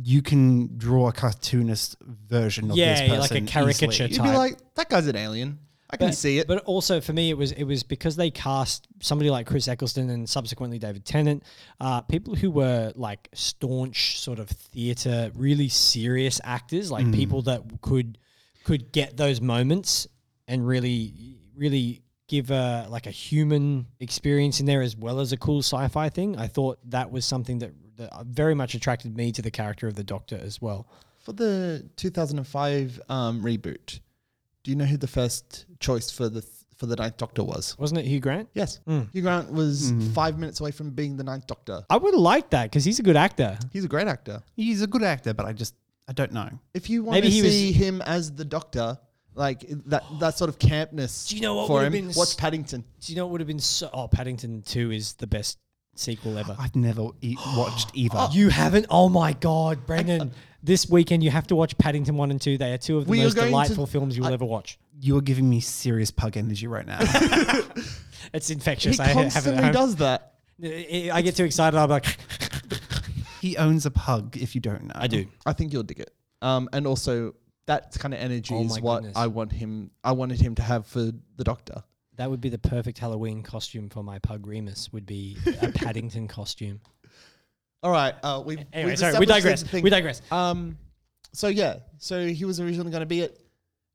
Speaker 3: You can draw a cartoonist version of this
Speaker 2: Yeah,
Speaker 3: person,
Speaker 2: like a caricature
Speaker 3: easily.
Speaker 1: You'd be
Speaker 2: Type.
Speaker 1: like, that guy's an alien. I can see it.
Speaker 2: But also for me, it was it was because they cast somebody like Chris Eccleston and subsequently David Tennant, uh, people who were like staunch sort of theatre, really serious actors,
Speaker 1: Hmm.
Speaker 2: like people that could could get those moments and really really give a like a human experience in there as well as a cool sci-fi thing. I thought that was something that, that very much attracted me to the character of the Doctor as well.
Speaker 1: For the 2005 um, reboot, do you know who the first choice for the for the Ninth Doctor was?
Speaker 2: Wasn't it Hugh Grant?
Speaker 1: Yes,
Speaker 2: Mm.
Speaker 1: Hugh Grant was
Speaker 2: Mm-hmm.
Speaker 1: five minutes away from being the Ninth Doctor.
Speaker 2: I would have liked that because he's a good actor.
Speaker 1: He's a great actor.
Speaker 3: He's a good actor, but I just I don't know.
Speaker 1: If you want
Speaker 2: Maybe
Speaker 1: to
Speaker 2: he was-
Speaker 1: see him as the Doctor, like that that sort of campness
Speaker 2: Do you know what
Speaker 1: for
Speaker 2: would've
Speaker 1: him,
Speaker 2: been s-
Speaker 1: watch Paddington.
Speaker 2: Do you know what would have been so? Oh, Paddington Two is the best sequel ever.
Speaker 3: I've never e- watched either.
Speaker 2: you haven't? Oh my God, Brendan! This weekend you have to watch Paddington One and Two. They are two of the
Speaker 1: We are
Speaker 2: most
Speaker 1: going to-
Speaker 2: delightful films you will ever watch.
Speaker 3: You are giving me serious pug energy right now.
Speaker 2: It's infectious.
Speaker 1: he
Speaker 2: I have it. at
Speaker 1: constantly
Speaker 2: home.
Speaker 1: does that.
Speaker 2: I I get too excited. I'm like,
Speaker 3: he owns a pug. If you don't know,
Speaker 2: I do.
Speaker 1: I think you'll dig it. Um, and also that kind of energy
Speaker 2: Oh
Speaker 1: is
Speaker 2: my
Speaker 1: what
Speaker 2: goodness.
Speaker 1: I want him. I wanted him to have for the Doctor.
Speaker 2: That would be the perfect Halloween costume for my pug Remus. Would be a Paddington costume.
Speaker 1: All right. Uh, we
Speaker 2: Anyway,
Speaker 1: we've
Speaker 2: sorry. We
Speaker 1: established
Speaker 2: digress.
Speaker 1: the thing.
Speaker 2: We digress.
Speaker 1: Um, so yeah, so he was originally going to be it.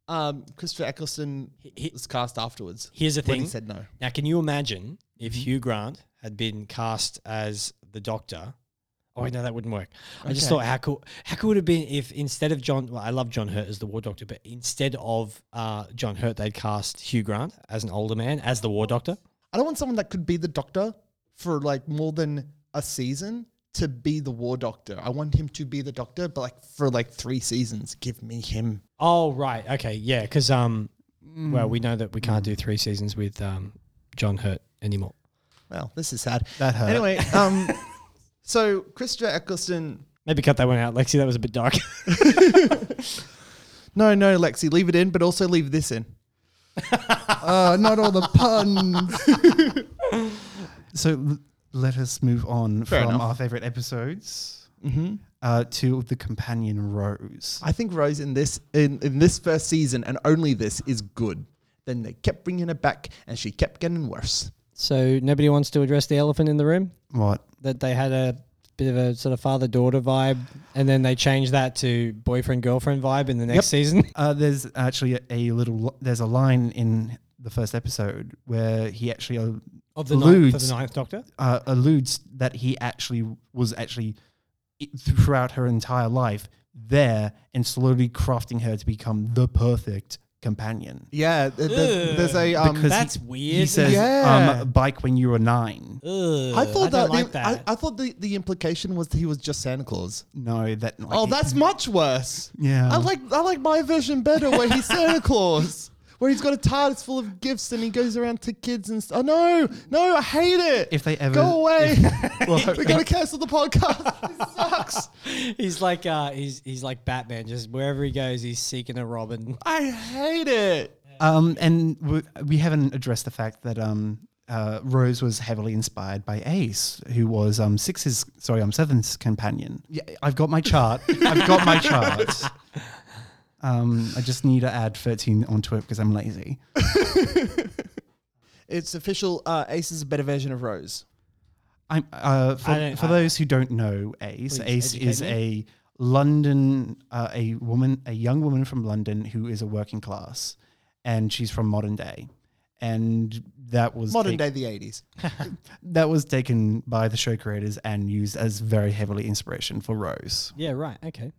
Speaker 1: Um, Christopher Eccleston
Speaker 2: he-
Speaker 1: was cast afterwards.
Speaker 2: Here's the
Speaker 1: when
Speaker 2: thing.
Speaker 1: he said no.
Speaker 2: Now, can you imagine if Hugh Grant had been cast as the Doctor? Oh, wait, no, that wouldn't work. I just
Speaker 1: Okay.
Speaker 2: thought how cool how cool would it have been if instead of John, well, I love John Hurt as the War Doctor, but instead of uh, John Hurt, they'd cast Hugh Grant as an older man as the War Doctor.
Speaker 1: I don't want someone that could be the Doctor for like more than a season to be the War Doctor. I want him to be the Doctor, but like for like three seasons, give me him.
Speaker 2: Oh, right, okay, yeah, because um, well, we know that we can't do three seasons with um, John Hurt anymore.
Speaker 1: Well, this is sad.
Speaker 3: That hurt.
Speaker 1: Anyway, um, so Christopher Eccleston.
Speaker 2: Maybe cut that one out, Lexi. That was a bit dark.
Speaker 1: No, no, Lexi, leave it in, but also leave this in.
Speaker 3: Uh, not all the puns. so l- let us move on
Speaker 1: Fair
Speaker 3: from
Speaker 1: enough. Mm-hmm.
Speaker 3: our favorite episodes uh, to the companion Rose.
Speaker 1: I think Rose in this in, in this first season and only this is good. Then they kept bringing her back, and she kept getting worse.
Speaker 2: so nobody wants to address the elephant in the room.
Speaker 3: What?
Speaker 2: that they had a bit of a sort of father daughter vibe, and then they changed that to boyfriend girlfriend vibe in the next
Speaker 1: Yep.
Speaker 2: season.
Speaker 3: Uh, there's actually a, a little. li- There's a line in the first episode where he actually uh,
Speaker 2: Of
Speaker 3: the ninth- of the Ludes.
Speaker 2: ninth Doctor.
Speaker 3: uh, alludes that he actually was actually i- throughout her entire life there and slowly crafting her to become the perfect companion.
Speaker 1: Yeah, th- there's, there's a um,
Speaker 3: Because
Speaker 2: That's
Speaker 3: he, He
Speaker 2: weird.
Speaker 3: says,
Speaker 1: Yeah.
Speaker 3: um, "Bike when you were nine.
Speaker 2: Ugh,
Speaker 1: I thought
Speaker 2: don't
Speaker 1: that,
Speaker 2: like
Speaker 1: the,
Speaker 2: that.
Speaker 1: I, I thought the, the implication was that he was just Santa Claus.
Speaker 3: No, that. Like,
Speaker 1: Oh, that's much worse.
Speaker 3: Yeah.
Speaker 1: I like I like my version better where he's Santa Claus. Where he's got a TARDIS full of gifts and he goes around to kids and stuff. Oh, no, no, I hate it.
Speaker 3: If they ever-
Speaker 1: go away,
Speaker 3: Well-
Speaker 1: we're gonna cancel the podcast. This sucks.
Speaker 2: he's like uh, he's he's like Batman. Just wherever he goes, he's seeking a Robin.
Speaker 1: I hate it.
Speaker 3: Um, and we, we haven't addressed the fact that um, uh, Rose was heavily inspired by Ace, who was um, Six's, sorry, um, Seven's companion. Yeah, I've got my chart. I've got my chart. Um, I just need to add 13 onto it because I'm lazy.
Speaker 1: It's official. Uh, Ace is a better version of Rose.
Speaker 3: I'm,
Speaker 2: I
Speaker 3: uh, for
Speaker 2: don't-
Speaker 3: for
Speaker 2: I-
Speaker 3: those who don't know Ace,
Speaker 2: Please
Speaker 3: Ace is a London, uh, a woman, a young woman from London who is a working class, and she's from modern day, and that was
Speaker 1: Modern
Speaker 3: a-
Speaker 1: day, the eighties.
Speaker 3: that was taken by the show creators and used as very heavily inspiration for Rose. Uh,
Speaker 2: Yeah, right. Okay.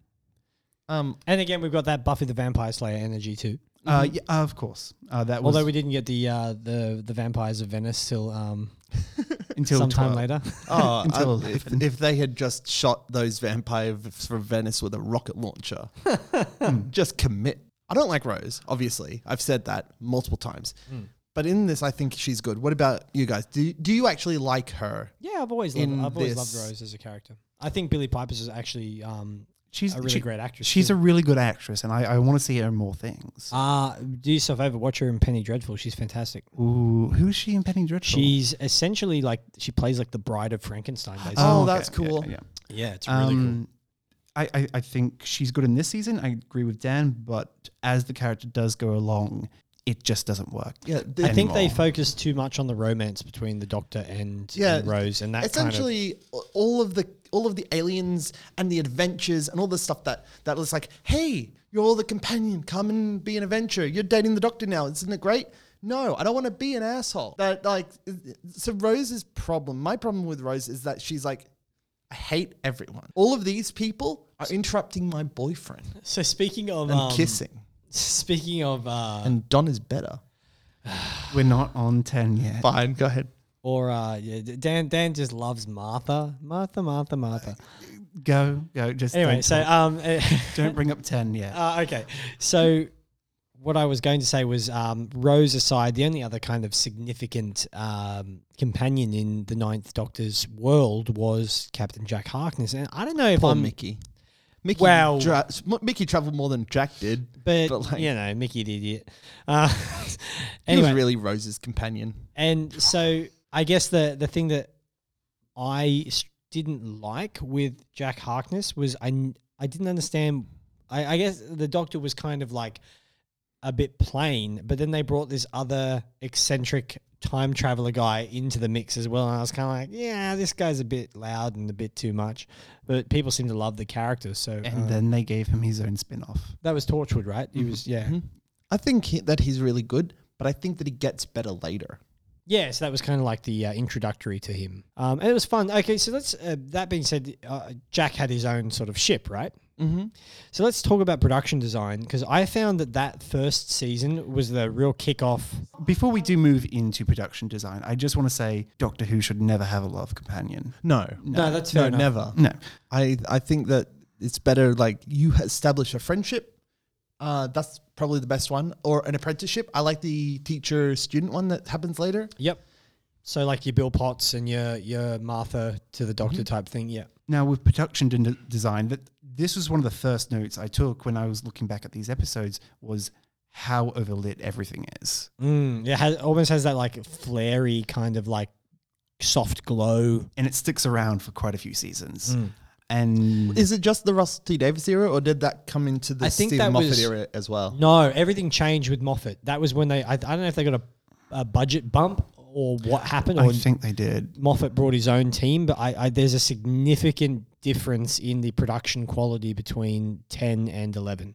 Speaker 1: Um,
Speaker 2: And again, we've got that Buffy the Vampire Slayer energy too.
Speaker 3: Uh, yeah, of course. Uh, that was
Speaker 2: Mm-hmm. Although we didn't get the uh, the the vampires of Venice till um,
Speaker 3: until
Speaker 2: sometime
Speaker 3: 12.
Speaker 2: later.
Speaker 1: oh,
Speaker 3: Until
Speaker 1: I- if,
Speaker 3: 11.
Speaker 1: if they had just shot those vampires from Venice with a rocket launcher, just commit. I don't like Rose, obviously. I've said that multiple times. But in this, I think she's good. What about you guys? Do, do you actually like her?
Speaker 2: Yeah, I've always
Speaker 1: In
Speaker 2: loved, I've always
Speaker 1: this-
Speaker 2: loved Rose as a character. I think Billy Piper's is actually um,
Speaker 3: She's
Speaker 2: a really
Speaker 3: she-
Speaker 2: great actress.
Speaker 3: She's a
Speaker 2: too.
Speaker 3: really good actress, and I, I want to see her in more things.
Speaker 2: uh, do yourself over. Watch her in Penny Dreadful. She's fantastic.
Speaker 3: Ooh, who is she in Penny Dreadful?
Speaker 2: She's essentially like she plays like the bride of Frankenstein. Basically.
Speaker 1: Oh,
Speaker 3: okay.
Speaker 1: that's
Speaker 3: Yeah,
Speaker 1: cool.
Speaker 3: yeah, yeah.
Speaker 2: yeah, it's really cool.
Speaker 3: Um, I, I, I think she's good in this season. I agree with Dan, but as the character does go along, it just doesn't work.
Speaker 1: Yeah,
Speaker 2: I think they
Speaker 3: anymore.
Speaker 2: focus too much on the romance between the Doctor and,
Speaker 1: Yeah,
Speaker 2: and Rose, and that kind
Speaker 1: essentially all of the all of the aliens and the adventures and all the stuff that that was like, hey, you're the companion, come and be an adventurer. You're dating the doctor now, isn't it great? No, I don't want to be an asshole. That like, so Rose's problem. My problem with Rose is that she's like, I hate everyone. All of these people are interrupting my boyfriend
Speaker 2: of. So speaking of
Speaker 1: and
Speaker 2: um,
Speaker 1: kissing.
Speaker 2: Speaking of uh,
Speaker 1: And Don is better.
Speaker 3: We're not on 10 yet.
Speaker 1: Fine, go ahead.
Speaker 2: or uh, yeah, D- Dan Dan just loves Martha, Martha, Martha, Martha.
Speaker 3: Go, go. Just
Speaker 2: Anyway,
Speaker 3: don't
Speaker 2: so
Speaker 3: talk.
Speaker 2: um,
Speaker 3: don't bring up 10 yet.
Speaker 2: Uh, okay. So, what I was going to say was um, Rose aside, the only other kind of significant um, companion in the Ninth Doctor's world was Captain Jack Harkness. And I don't know if
Speaker 1: Poor
Speaker 2: I'm.
Speaker 1: Mickey. Mickey,
Speaker 2: Um, Well-
Speaker 1: dra- Mickey traveled more than Jack did.
Speaker 2: But,
Speaker 1: but, like-
Speaker 2: you know, Mickey the idiot. Uh,
Speaker 1: He
Speaker 2: anyway,
Speaker 1: was really Rose's companion.
Speaker 2: and so I guess the the thing that I s- didn't like with Jack Harkness was I n- I didn't understand. I, I guess the Doctor was kind of like a bit plain, but then they brought this other eccentric time traveler guy into the mix as well, and I was kind of like, yeah, this guy's a bit loud and a bit too much, but people seem to love the character, so
Speaker 3: and
Speaker 2: uh,
Speaker 3: then they gave him his own spin off.
Speaker 2: that was Torchwood, right? He was yeah.
Speaker 1: Mm-hmm. I think he, that he's really good, but I think that he gets better later.
Speaker 2: Yeah, so that was kind of like the uh, introductory to him, um, and it was fun. Okay, so let's. Uh, that being said, uh, Jack had his own sort of ship, right?
Speaker 1: Mm-hmm.
Speaker 2: So let's talk about production design because I found that that first season was the real kickoff.
Speaker 3: Before we do move into production design, I just want to say Doctor Who should never have a love companion.
Speaker 1: No,
Speaker 2: No, that's
Speaker 1: no,
Speaker 2: fair enough.
Speaker 1: never.
Speaker 3: No.
Speaker 1: I I think that it's better like you establish a friendship. Uh, that's probably the best one, or an apprenticeship. I like the teacher student one that happens later.
Speaker 2: Yep. So like your Bill Potts and your your Martha to the Doctor type thing. Yeah.
Speaker 3: Now with production de- design, that this was one of the first notes I took when I was looking back at these episodes was how overlit everything is.
Speaker 2: Mm, it has, almost has that like flary kind of like soft glow.
Speaker 3: and it sticks around for quite a few seasons. And
Speaker 1: Hmm. Is it just the Russell T Davis era, or did that come into the
Speaker 2: I think
Speaker 1: Stephen
Speaker 2: that
Speaker 1: Moffat
Speaker 2: was-
Speaker 1: era as well?
Speaker 2: No, everything changed with Moffat. That was when they. I, I don't know if they got a, a budget bump or what happened.
Speaker 3: I
Speaker 2: Or
Speaker 3: think they did.
Speaker 2: Moffat brought his own team, but I, I there's a significant difference in the production quality between 10 and 11.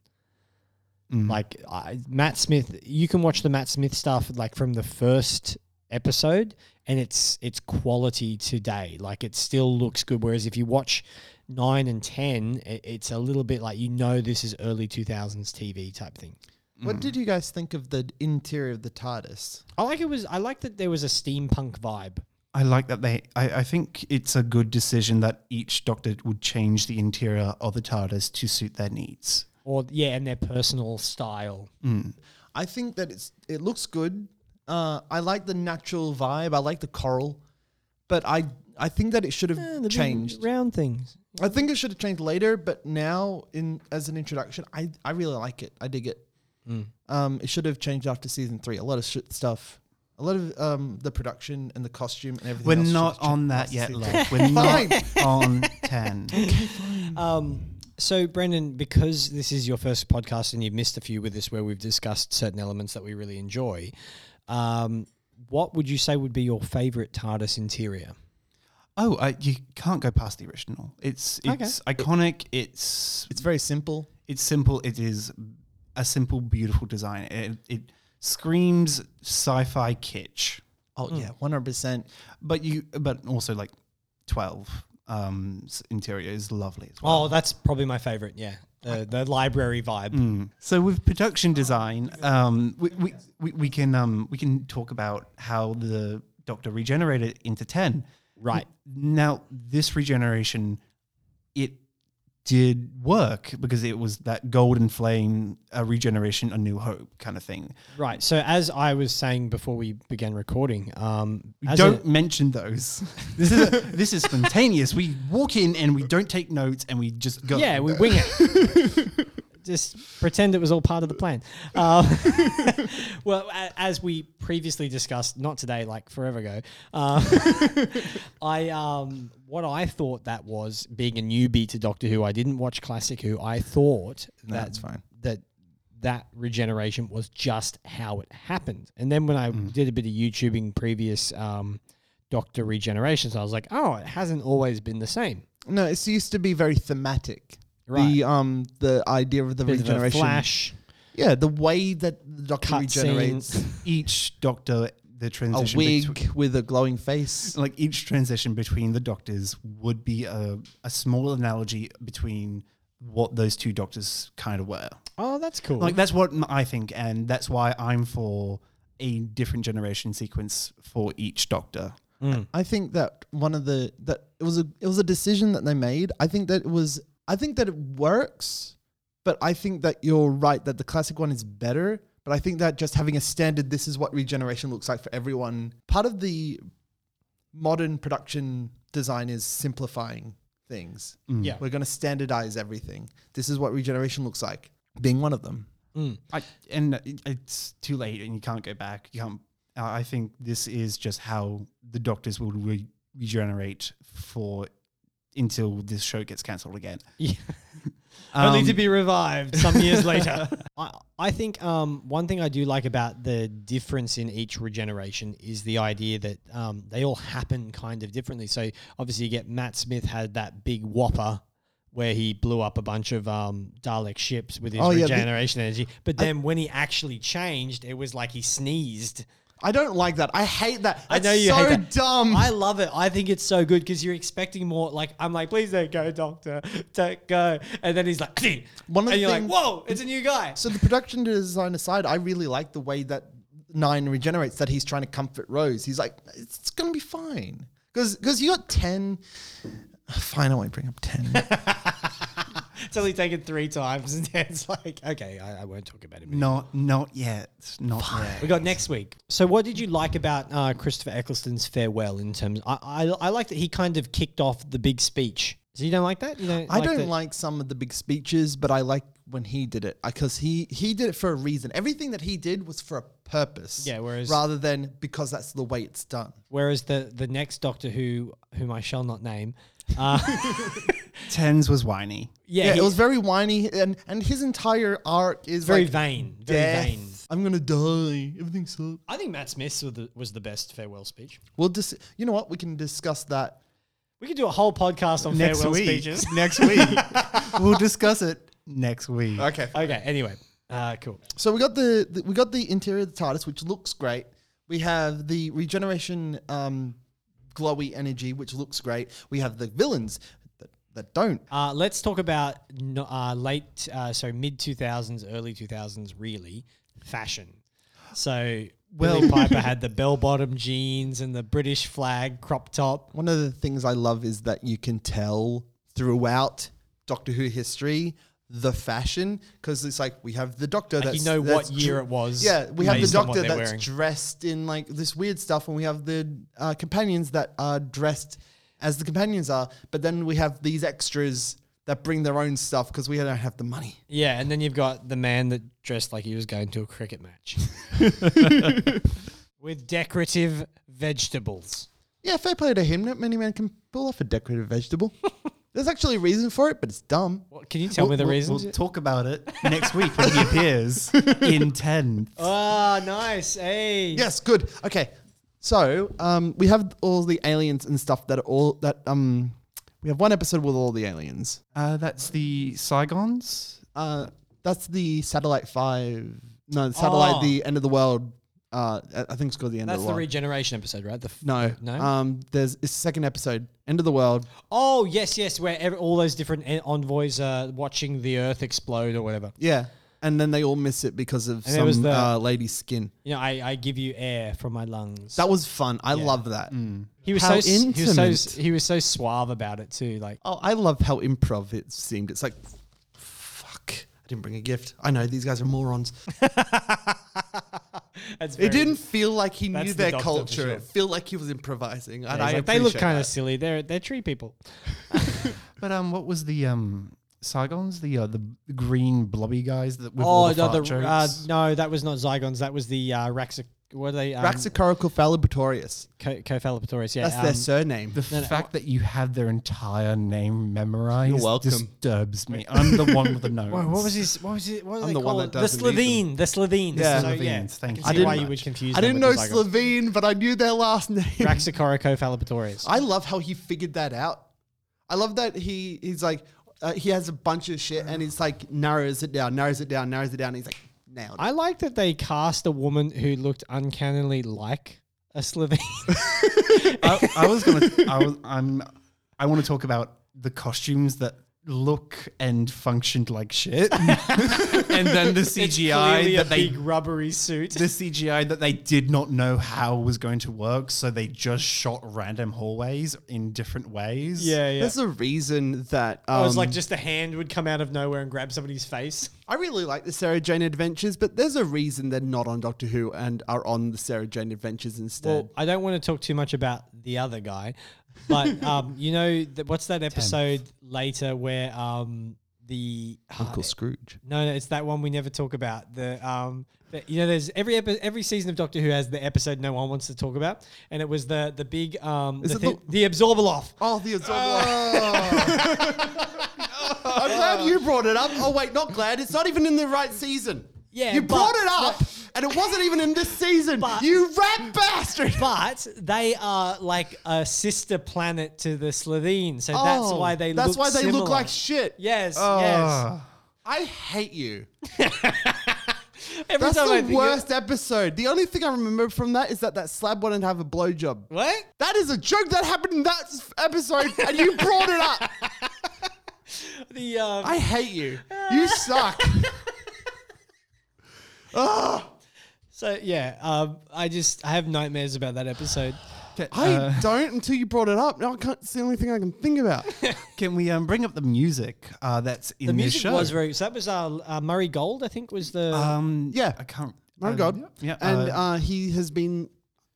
Speaker 2: Like I, Matt Smith, you can watch the Matt Smith stuff like from the first episode, and it's it's quality today. Like it still looks good. Whereas if you watch nine and ten, i- it's a little bit like you know this is early 2000s TV type thing.
Speaker 1: What did you guys think of the interior of the TARDIS?
Speaker 2: I like it was. I like that there was a steampunk vibe.
Speaker 3: I like that they. I, I think it's a good decision that each doctor would change the interior of the TARDIS to suit their needs.
Speaker 2: Or yeah, and their personal style.
Speaker 1: I think that it's it looks good. Uh, I like the natural vibe. I like the coral, but I I think that it should have
Speaker 2: Eh,
Speaker 1: changed.
Speaker 2: round things.
Speaker 1: I think it should have changed later, but now in as an introduction, I I really like it. I dig it.
Speaker 3: Mm.
Speaker 1: Um, it should have changed after season three. A lot of shit stuff. A lot of um, the production and the costume and everything.
Speaker 3: We're
Speaker 1: else should
Speaker 3: not
Speaker 1: have changed
Speaker 3: on that
Speaker 1: after
Speaker 3: yet,
Speaker 1: season-
Speaker 3: Locke. We're not on 10.
Speaker 2: Um, so, Brendan, because this is your first podcast and you've missed a few with us where we've discussed certain elements that we really enjoy, um, what would you say would be your favorite TARDIS interior?
Speaker 3: Oh, I, you can't go past the original. It's
Speaker 2: Okay.
Speaker 3: it's iconic. It's
Speaker 1: It's very simple.
Speaker 3: it's simple. It is a simple, beautiful design. It, it screams sci-fi kitsch,
Speaker 1: Oh
Speaker 3: Mm.
Speaker 1: yeah, one hundred percent.
Speaker 3: but you but also like twelve um, s- interior is lovely as well.
Speaker 2: Oh, that's probably my favorite. Yeah, the, the library vibe.
Speaker 3: So with production design, um, we, we, we, we can um, we can talk about how the Doctor regenerated into ten.
Speaker 2: Right.
Speaker 3: now, this regeneration, it did work because it was that golden flame, a regeneration, a new hope kind of thing.
Speaker 2: Right. So, as I was saying before we began recording, um, as a-
Speaker 3: don't mention those. This is a, this is spontaneous. We walk in and we don't take notes and we just go.
Speaker 2: Yeah, we wing it. Just pretend it was all part of the plan. Uh, well, a- as we previously discussed, not today, like forever ago, uh, I um, what I thought that was being a newbie to Doctor Who. I didn't watch Classic Who. I thought that,
Speaker 1: That's fine.
Speaker 2: That that regeneration was just how it happened. And then when I
Speaker 1: Mm.
Speaker 2: did a bit of YouTubing previous um, Doctor regenerations, I was like, oh, it hasn't always been the same.
Speaker 1: No, it used to be very thematic.
Speaker 2: Right.
Speaker 1: The um the idea of the
Speaker 2: Bit of a
Speaker 1: regeneration.
Speaker 2: flash.
Speaker 1: Yeah, the way that the doctor
Speaker 2: Cut
Speaker 1: regenerates
Speaker 2: scenes.
Speaker 3: Each Doctor, the
Speaker 1: a
Speaker 3: transition. between-
Speaker 1: wig with a glowing face.
Speaker 3: like each transition between the doctors would be a, a small analogy between what those two doctors kind of were.
Speaker 2: Oh, that's cool.
Speaker 3: Like that's what m- I think, and that's why I'm for a different generation sequence for each doctor.
Speaker 1: I think that one of the that it was a it was a decision that they made. I think that it was I think that it works, but I think that you're right that the classic one is better. But I think that just having a standard this is what regeneration looks like for everyone. Part of the modern production design is simplifying things.
Speaker 2: Yeah.
Speaker 1: We're going to standardize everything. This is what regeneration looks like, being one of them.
Speaker 2: Hmm.
Speaker 3: I, and it- it's too late, and you can't go back. You can't. I I think this is just how the doctors will re- regenerate for until this show gets cancelled again.
Speaker 2: Yeah.
Speaker 3: Um,
Speaker 2: Only to be revived some years later. I, I think um, one thing I do like about the difference in each regeneration is the idea that um, they all happen kind of differently. So obviously, you get Matt Smith had that big whopper where he blew up a bunch of um, Dalek ships with his
Speaker 1: Oh, yeah, the-
Speaker 2: regeneration energy. But then when he actually changed, it was like he sneezed.
Speaker 1: I don't like that. I hate that.
Speaker 2: I
Speaker 1: That's
Speaker 2: know you
Speaker 1: so
Speaker 2: hate that.
Speaker 1: dumb.
Speaker 2: I love it. I think it's so good because you're expecting more. Like I'm like, please don't go, doctor, don't go. And then he's like,
Speaker 1: One of
Speaker 2: and
Speaker 1: the
Speaker 2: you're
Speaker 1: things-
Speaker 2: like, whoa, it's a new guy.
Speaker 1: So the production design aside, I really like the way that Nine regenerates. That he's trying to comfort Rose. He's like, it's, it's gonna be fine. Because because you got ten. Fine, I won't bring up ten.
Speaker 2: It's only taken three times, and then it's like, okay, I, I won't talk about him.
Speaker 3: not not yet, not
Speaker 2: We
Speaker 3: yet.
Speaker 2: got next week. So, what did you like about uh, Christopher Eccleston's farewell? In terms, I, I I like that he kind of kicked off the big speech. So you don't like that? You don't
Speaker 1: I don't
Speaker 2: that-
Speaker 1: like some of the big speeches, but I like when he did it because he he did it for a reason. Everything that he did was for a purpose.
Speaker 2: Yeah, whereas-
Speaker 1: rather than because that's the way it's done.
Speaker 2: Whereas the the next Doctor Who, whom I shall not name, uh,
Speaker 3: Tens was whiny.
Speaker 2: yeah,
Speaker 1: Yeah,
Speaker 2: he-
Speaker 1: it was very whiny, and and his entire arc is
Speaker 2: very
Speaker 1: like
Speaker 2: vain, very
Speaker 1: death.
Speaker 2: vain.
Speaker 1: I'm gonna die. Everything sucks.
Speaker 2: I think Matt Smith was the, was the best farewell speech.
Speaker 1: We'll just you know what we can discuss that
Speaker 2: We could do a whole podcast on
Speaker 3: next
Speaker 2: farewell
Speaker 3: week.
Speaker 2: speeches.
Speaker 3: Next week. we'll discuss it next week.
Speaker 1: Okay.
Speaker 2: okay, anyway, uh, cool.
Speaker 1: So we got the, the we got the interior of the TARDIS, which looks great. We have the regeneration um, glowy energy, which looks great. We have the villains. Th- that don't.
Speaker 2: Uh, let's talk about no, uh, late, uh, so mid 2000s, early 2000s, really, fashion. So, well, Billy Piper had the bell bottom jeans and the British flag crop top.
Speaker 1: One of the things I love is that you can tell throughout Doctor Who history the fashion because it's like we have the doctor that's
Speaker 2: you know what
Speaker 1: that's
Speaker 2: year it was
Speaker 1: Yeah, we have the
Speaker 2: based on what
Speaker 1: doctor
Speaker 2: they're
Speaker 1: that's
Speaker 2: wearing.
Speaker 1: dressed in like this weird stuff, and we have the uh, companions that are dressed as the companions are. But then we have these extras that bring their own stuff because we don't have the money.
Speaker 2: Yeah, and then you've got the man that dressed like he was going to a cricket match with decorative vegetables.
Speaker 1: Yeah, fair play to him. Not many men can pull off a decorative vegetable. There's actually a reason for it, but it's dumb.
Speaker 2: What, can you tell me the
Speaker 3: We'll-
Speaker 2: reasons?
Speaker 3: We'll talk about it next week when he appears in 10.
Speaker 2: Ah, nice. Hey.
Speaker 1: Yes, good. Okay, so um, we have all the aliens and stuff that are all that um, we have one episode with all the aliens.
Speaker 3: Uh, that's the Saigons.
Speaker 1: Uh, that's the satellite five. No, the satellite,
Speaker 2: Oh.
Speaker 1: the end of the world. Uh, I- I think it's called the end
Speaker 2: That's
Speaker 1: of the,
Speaker 2: the
Speaker 1: world.
Speaker 2: regeneration episode, right? The f-
Speaker 1: no,
Speaker 2: No.
Speaker 1: Um, there's it's the second episode, end of the world.
Speaker 2: oh, yes, yes, where ev all those different en- envoys are watching the Earth explode or whatever.
Speaker 1: Yeah, and then they all miss it because of
Speaker 2: there
Speaker 1: some
Speaker 2: was the-
Speaker 1: uh, lady's skin.
Speaker 2: You know, I, I give you air from my lungs.
Speaker 1: That was fun. I love that.
Speaker 2: he was
Speaker 1: how
Speaker 2: so s- he was so s-
Speaker 1: intimate.
Speaker 2: he was so suave about it too. Like
Speaker 1: Oh, I love how improv it seemed. It's like, fuck, I didn't bring a gift. I know these guys are morons.
Speaker 2: that's very-
Speaker 1: It didn't feel like he
Speaker 2: That's
Speaker 1: knew
Speaker 2: the
Speaker 1: their
Speaker 2: doctor for
Speaker 1: culture.
Speaker 2: sure.
Speaker 1: It felt like he was improvising, and
Speaker 2: Yeah,
Speaker 1: I
Speaker 2: he's like, they look
Speaker 1: appreciate
Speaker 2: kind of
Speaker 1: that.
Speaker 2: silly. They're they're tree people.
Speaker 3: But um, what was the um Saigons? The uh, the green blobby guys that with all
Speaker 2: Oh
Speaker 3: the
Speaker 2: no,
Speaker 3: fart
Speaker 2: the, uh,
Speaker 3: jokes?
Speaker 2: no, that was not Zygons. That was the uh, Raxic. Were they um,
Speaker 1: Raxicorical phalabratorius.
Speaker 2: Co- Coephalopotaurus, Yeah,
Speaker 1: That's
Speaker 2: um,
Speaker 1: their surname.
Speaker 3: The fact that you had their entire name memorized
Speaker 1: You're welcome.
Speaker 3: disturbs me. I'm the one with the nose.
Speaker 2: Whoa, what was his? What was his? What do
Speaker 1: I'm
Speaker 2: they
Speaker 1: the
Speaker 2: call
Speaker 1: one that
Speaker 2: it? The
Speaker 1: doesn't need
Speaker 2: Slovene. The Slovene.
Speaker 1: Yeah.
Speaker 2: So, yeah,
Speaker 3: Slovenes, thank
Speaker 2: I
Speaker 3: you.
Speaker 2: can
Speaker 3: I
Speaker 2: see
Speaker 1: didn't-
Speaker 2: why you would confuse.
Speaker 1: I
Speaker 2: them
Speaker 1: didn't know
Speaker 2: with the Zygons.
Speaker 1: Slovene, but I knew their last name.
Speaker 2: Raxicoricophalopotaurus.
Speaker 1: I love how he figured that out. I love that he he's like uh, he has a bunch of shit and he's like narrows it down, narrows it down, narrows it down. he's like nailed. It.
Speaker 2: I like that they cast a woman who looked uncannily like a Slovene.
Speaker 3: I, I was gonna. I was. I'm. I want to talk about the costumes that look and functioned like shit, and then the CGI that they.
Speaker 2: rubbery suit.
Speaker 3: The CGI that they did not know how was going to work, so they just shot random hallways in different ways.
Speaker 2: yeah, yeah.
Speaker 1: There's a reason that
Speaker 2: It
Speaker 1: um,
Speaker 2: was like just a hand would come out of nowhere and grab somebody's face.
Speaker 1: I really like the Sarah Jane Adventures, but there's a reason they're not on Doctor Who and are on the Sarah Jane Adventures instead.
Speaker 2: Well, I don't want to talk too much about the other guy, but um, you know, th- what's that episode later where um, the uh,
Speaker 1: Uncle Scrooge.
Speaker 2: No, no, it's that one we never talk about. The um, the, you know, there's every epi- every season of Doctor Who has the episode no one wants to talk about, and it was the the big um, the,
Speaker 1: it
Speaker 2: thi- the absorber off.
Speaker 1: Oh, the Absorber. Oh. I'm glad you brought it up. Oh wait, not glad. It's not even in the right season.
Speaker 2: Yeah,
Speaker 1: you
Speaker 2: but-
Speaker 1: brought it up, and it wasn't even in this season.
Speaker 2: But-
Speaker 1: you rat bastard.
Speaker 2: But they are like a sister planet to the Slovene, so that's
Speaker 1: Oh,
Speaker 2: why they
Speaker 1: That's
Speaker 2: look
Speaker 1: why they
Speaker 2: similar.
Speaker 1: look like Oh, shit.
Speaker 2: yes, yes.
Speaker 3: Ah.
Speaker 1: I hate you.
Speaker 2: Every
Speaker 1: That's
Speaker 2: time
Speaker 1: the
Speaker 2: I think of-
Speaker 1: worst episode. The only thing I remember from that is that that slab wanted to have a blowjob.
Speaker 2: What?
Speaker 1: That is a joke that happened in that s- episode, and you brought it up.
Speaker 2: The um,
Speaker 1: I hate you. You suck.
Speaker 2: so yeah, um, I just I have nightmares about that episode.
Speaker 1: I
Speaker 3: uh,
Speaker 1: don't until you brought it up. Now I can't. It's the only thing I can think about.
Speaker 3: Can we um, bring up the music uh, that's in
Speaker 2: The
Speaker 3: this
Speaker 2: music
Speaker 3: show?
Speaker 2: was very. So that was uh, uh, Murray Gold, I think, was the.
Speaker 3: um,
Speaker 1: Yeah.
Speaker 3: I can't.
Speaker 1: My
Speaker 3: um,
Speaker 1: Oh, God.
Speaker 3: Yeah.
Speaker 1: And
Speaker 3: uh,
Speaker 1: uh, he has been.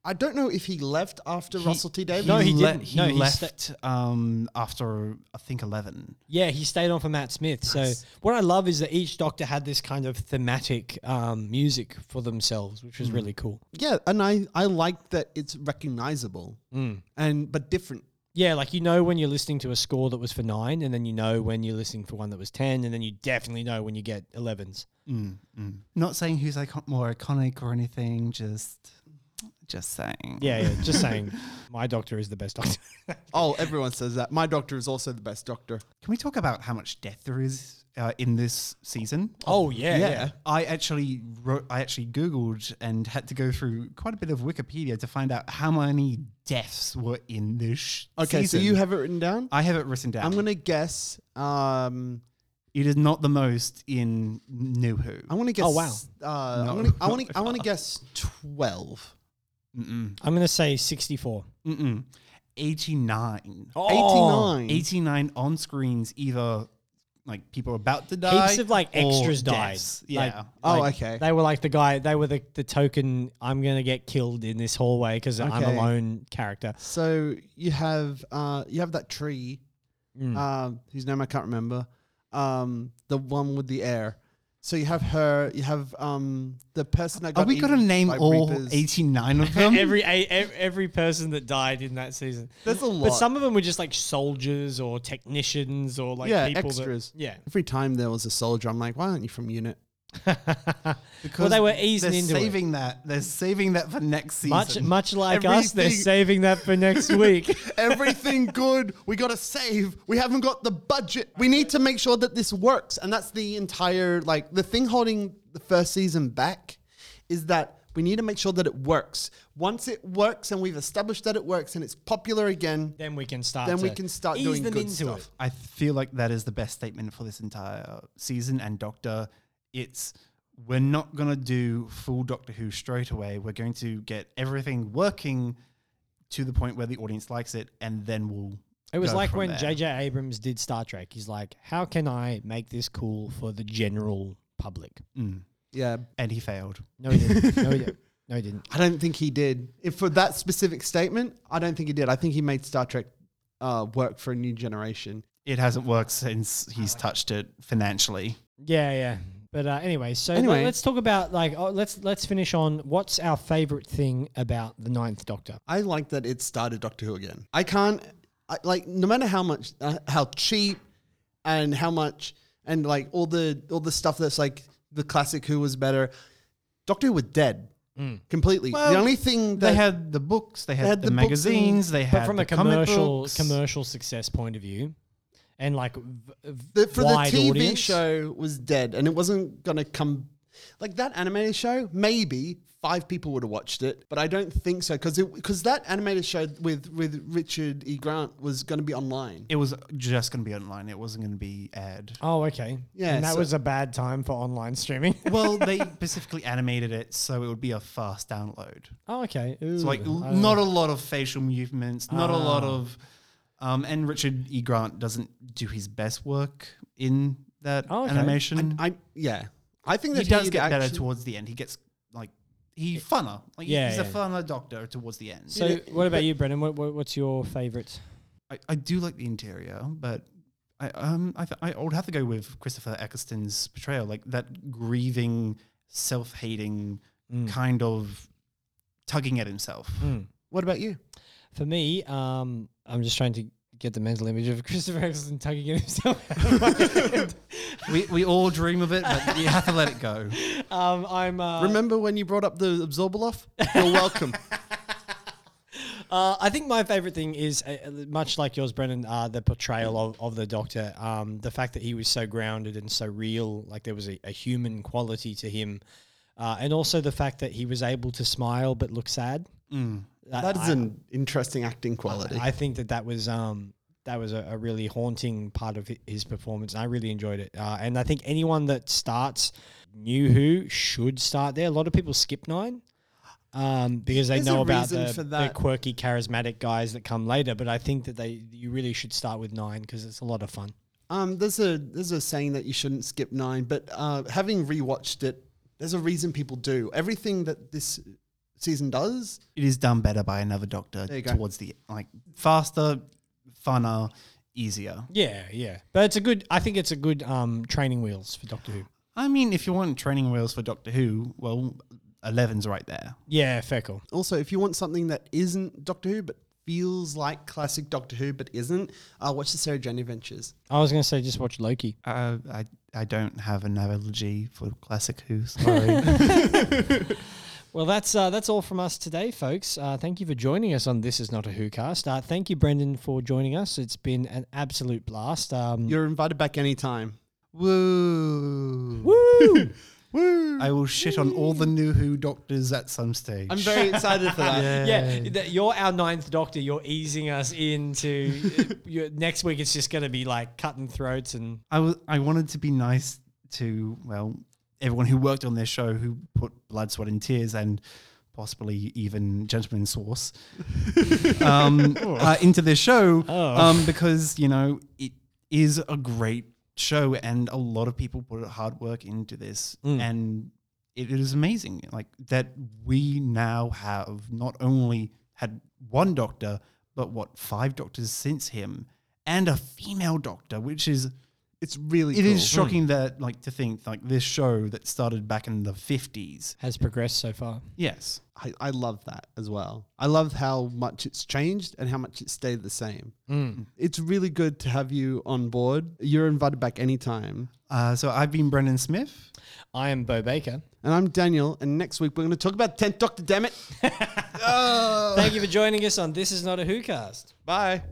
Speaker 1: I don't know if he left after Russell T Davies.
Speaker 2: No, he
Speaker 3: le-
Speaker 2: didn't.
Speaker 3: He
Speaker 2: No, he
Speaker 3: left
Speaker 2: sta-
Speaker 3: um, after I think eleven.
Speaker 2: Yeah, he stayed on for Matt Smith. So what I love is that each doctor had this kind of thematic um, music for themselves, which was really cool.
Speaker 1: Yeah, and I I like that it's recognizable
Speaker 3: Mm.
Speaker 1: and but different.
Speaker 2: Yeah, like you know when you're listening to a score that was for nine, and then you know when you're listening for one that was ten, and then you definitely know when you get elevens.
Speaker 1: Mm.
Speaker 3: Not saying who's icon- more iconic or anything. Just, just saying.
Speaker 2: Yeah, yeah. Just saying, my doctor is the best doctor.
Speaker 1: Oh, everyone says that. My doctor is also the best doctor.
Speaker 3: Can we talk about how much death there is uh, in this season.
Speaker 2: Oh yeah, yeah.
Speaker 3: I actually wrote, I actually Googled and had to go through quite a bit of Wikipedia to find out how many deaths were in this sh-
Speaker 1: Okay,
Speaker 3: season.
Speaker 1: so you have it written down.
Speaker 3: I have it written down.
Speaker 1: I'm gonna guess. Um,
Speaker 3: It is not the most in New Who.
Speaker 1: I want to guess.
Speaker 2: Oh, wow.
Speaker 1: Uh,
Speaker 3: No.
Speaker 1: I'm gonna, I want to. I want to guess twelve.
Speaker 3: Mm-mm.
Speaker 2: I'm gonna say 64.
Speaker 3: Mm-mm. 89.
Speaker 1: Oh. Eighty-nine.
Speaker 3: 89 on screens, either like people about to die.
Speaker 2: Heaps of like
Speaker 3: or
Speaker 2: extras died.
Speaker 3: deaths.
Speaker 2: Like-
Speaker 3: Yeah.
Speaker 1: Oh,
Speaker 2: like,
Speaker 1: okay.
Speaker 2: They were like the guy. They were the, the token. I'm gonna get killed in this hallway because I'm
Speaker 1: Okay.
Speaker 2: a lone character.
Speaker 1: So you have uh, you have that tree,
Speaker 2: Mm.
Speaker 1: um, whose name I can't remember. Um, the one with the air. So you have her. You have um, the person that got.
Speaker 3: Are we
Speaker 1: eaten
Speaker 3: going to name
Speaker 1: by
Speaker 3: all
Speaker 1: reapers.
Speaker 3: 89 of
Speaker 1: Um,
Speaker 3: them?
Speaker 2: E-, every a- ev- every person that died in that season.
Speaker 1: There's a lot.
Speaker 2: But some of them were just like soldiers or technicians or like
Speaker 1: Yeah,
Speaker 2: people that-
Speaker 1: extras.
Speaker 2: yeah.
Speaker 1: Every time there was a soldier, I'm like, why aren't you from unit?
Speaker 3: Because
Speaker 2: they were easing
Speaker 3: they're
Speaker 2: into it.
Speaker 3: saving that. They're saving that for next season.
Speaker 2: Much much like us, they're
Speaker 1: Everything-
Speaker 2: saving that for next week.
Speaker 1: Everything good. We got to save. We haven't got the budget. We need to make sure that this works. And that's the entire, like, the thing holding the first season back is that we need to make sure that it works. Once it works and we've established that it works and it's popular again,
Speaker 2: then we can start.
Speaker 1: Then we
Speaker 2: to
Speaker 1: can start
Speaker 2: ease
Speaker 1: doing
Speaker 2: them
Speaker 1: good
Speaker 2: into
Speaker 1: stuff.
Speaker 2: It.
Speaker 3: I feel like that is the best statement for this entire season and Doctor. It's we're not gonna do full Doctor Who straight away. We're going to get everything working to the point where the audience likes it, and then we'll.
Speaker 2: It was
Speaker 3: go
Speaker 2: like
Speaker 3: from
Speaker 2: when
Speaker 3: there.
Speaker 2: J.J. Abrams did Star Trek. He's like, "How can I make this cool for the general public?"
Speaker 3: Mm.
Speaker 1: yeah,
Speaker 3: and he failed.
Speaker 2: No, he didn't. No, he didn't. No, he didn't.
Speaker 1: I don't think he did. If for that specific statement, I don't think he did. I think he made Star Trek uh, work for a new generation.
Speaker 3: It hasn't worked since he's touched it financially.
Speaker 2: Yeah, yeah. But uh, anyway, so
Speaker 1: Anyway.
Speaker 2: let- let's talk about like oh, let's let's finish on what's our favorite thing about the Ninth Doctor.
Speaker 1: I like that it started Doctor Who again. I can't I, like no matter how much uh, how cheap and how much and like all the all the stuff that's like the classic Who was better. Doctor Who was dead completely.
Speaker 3: Mm. Well,
Speaker 1: the only thing that
Speaker 3: They had the books, they had,
Speaker 1: had
Speaker 3: the,
Speaker 1: the books and-
Speaker 3: magazines, they had
Speaker 2: But from
Speaker 3: the
Speaker 2: a commercial
Speaker 3: comic books.
Speaker 2: commercial success point of view, and like v- v-
Speaker 1: the, for the
Speaker 2: wide
Speaker 1: TV
Speaker 2: audience,
Speaker 1: show was dead and it wasn't gonna come like that animated show. Maybe five people would have watched it, but I don't think so because because that animated show with with Richard E. Grant was gonna be online.
Speaker 3: It was just going to be online. It wasn't going to be aired.
Speaker 2: Oh, okay.
Speaker 1: Yeah,
Speaker 2: and that
Speaker 1: so-
Speaker 2: was a bad time for online streaming.
Speaker 3: well, they specifically animated it so it would be a fast download.
Speaker 2: oh, okay.
Speaker 3: So like l- not a lot of facial movements, not a lot of um and Richard E. Grant doesn't do his best work in that
Speaker 2: Oh, okay.
Speaker 3: animation.
Speaker 1: I yeah. I think that
Speaker 3: he does
Speaker 1: he'd
Speaker 3: get better
Speaker 1: actually-
Speaker 3: towards the end. He gets like he funner. Like
Speaker 2: Yeah,
Speaker 3: he's a
Speaker 2: yeah.
Speaker 3: funner doctor towards the end.
Speaker 2: So, what about you, Brennan? What, what, what's your favorite?
Speaker 3: I, I do like the interior, but I um I, th- I would have to go with Christopher Eccleston's portrayal, like that grieving, self-hating
Speaker 2: Mm.
Speaker 3: kind of tugging at himself.
Speaker 1: What about you?
Speaker 2: For me, um, I'm just trying to get the mental image of Christopher Eccleston tugging at himself. out of my hand.
Speaker 3: we we all dream of it, but you have to let it go.
Speaker 2: um, I'm. Uh,
Speaker 1: Remember when you brought up the Absorbaloff? You're welcome.
Speaker 2: Uh, I think my favorite thing is uh, uh, much like yours, Brennan. Uh, the portrayal of, of the Doctor, um, the fact that he was so grounded and so real, like there was a, a human quality to him, uh, and also the fact that he was able to smile but look sad.
Speaker 1: Mm.
Speaker 2: Uh,
Speaker 1: That is an interesting acting quality.
Speaker 2: I think that that was um, that was a, a really haunting part of hi- his performance, and I really enjoyed it. Uh, and I think anyone that starts New Who should start there. A lot of people skip Nine um, because they
Speaker 1: There's
Speaker 2: know
Speaker 1: a
Speaker 2: about
Speaker 1: reason
Speaker 2: the,
Speaker 1: for
Speaker 2: the
Speaker 1: that.
Speaker 2: quirky, charismatic guys that come later. But I think that they you really should start with Nine because it's a lot of fun.
Speaker 1: um, there's a there's a saying that you shouldn't skip nine, but uh, having rewatched it, there's a reason people do everything that this season does.
Speaker 3: It is done better by another doctor
Speaker 1: you go.
Speaker 3: towards the like faster, funner, easier.
Speaker 2: Yeah, yeah. But it's a good. I think it's a good um, training wheels for Doctor Who.
Speaker 3: I mean, if you want training wheels for Doctor Who, well, Eleven's right there.
Speaker 2: Yeah, fair call.
Speaker 1: Also, if you want something that isn't Doctor Who but feels like classic Doctor Who but isn't, uh, watch the Sarah Jane Adventures.
Speaker 2: I was gonna say just watch Loki.
Speaker 3: Uh, I I don't have an analogy for classic Who. Sorry.
Speaker 2: Well, that's uh, that's all from us today, folks. Uh, thank you for joining us on This Is Not a Who Cast. Uh, thank you, Brendan, for joining us. It's been an absolute blast. Um,
Speaker 1: You're invited back anytime.
Speaker 3: Woo.
Speaker 2: Woo!
Speaker 1: Woo!
Speaker 3: I will shit on all the new Who doctors at some stage.
Speaker 1: I'm very excited for that.
Speaker 2: yeah, that you're our ninth doctor. You're easing us into your, next week. It's just going to be like cutting throats and
Speaker 3: I was I wanted to be nice to well everyone who worked on this show who put blood, sweat, and tears and possibly even gentleman sauce um,
Speaker 1: Oh.
Speaker 3: uh, into this show um, because you know it is a great show and a lot of people put hard work into this
Speaker 1: Mm.
Speaker 3: and it is amazing like that we now have not only had one doctor but what five doctors since him and a female doctor which is
Speaker 1: It's really
Speaker 3: it
Speaker 1: cool. Hmm.
Speaker 3: is shocking that like to think like this show that started back in the 50s
Speaker 2: has progressed so far.
Speaker 3: yes
Speaker 4: I, I love that as well. I love how much it's changed and how much it stayed the same. It's really good to have you on board. You're invited back anytime.
Speaker 3: uh, so i've been brendan smith
Speaker 2: I am Bo Baker.
Speaker 4: And I'm Daniel, and next week we're going to talk about 10th Doctor, damn it.
Speaker 2: Thank you for joining us on This Is Not a Who Cast.
Speaker 1: Bye.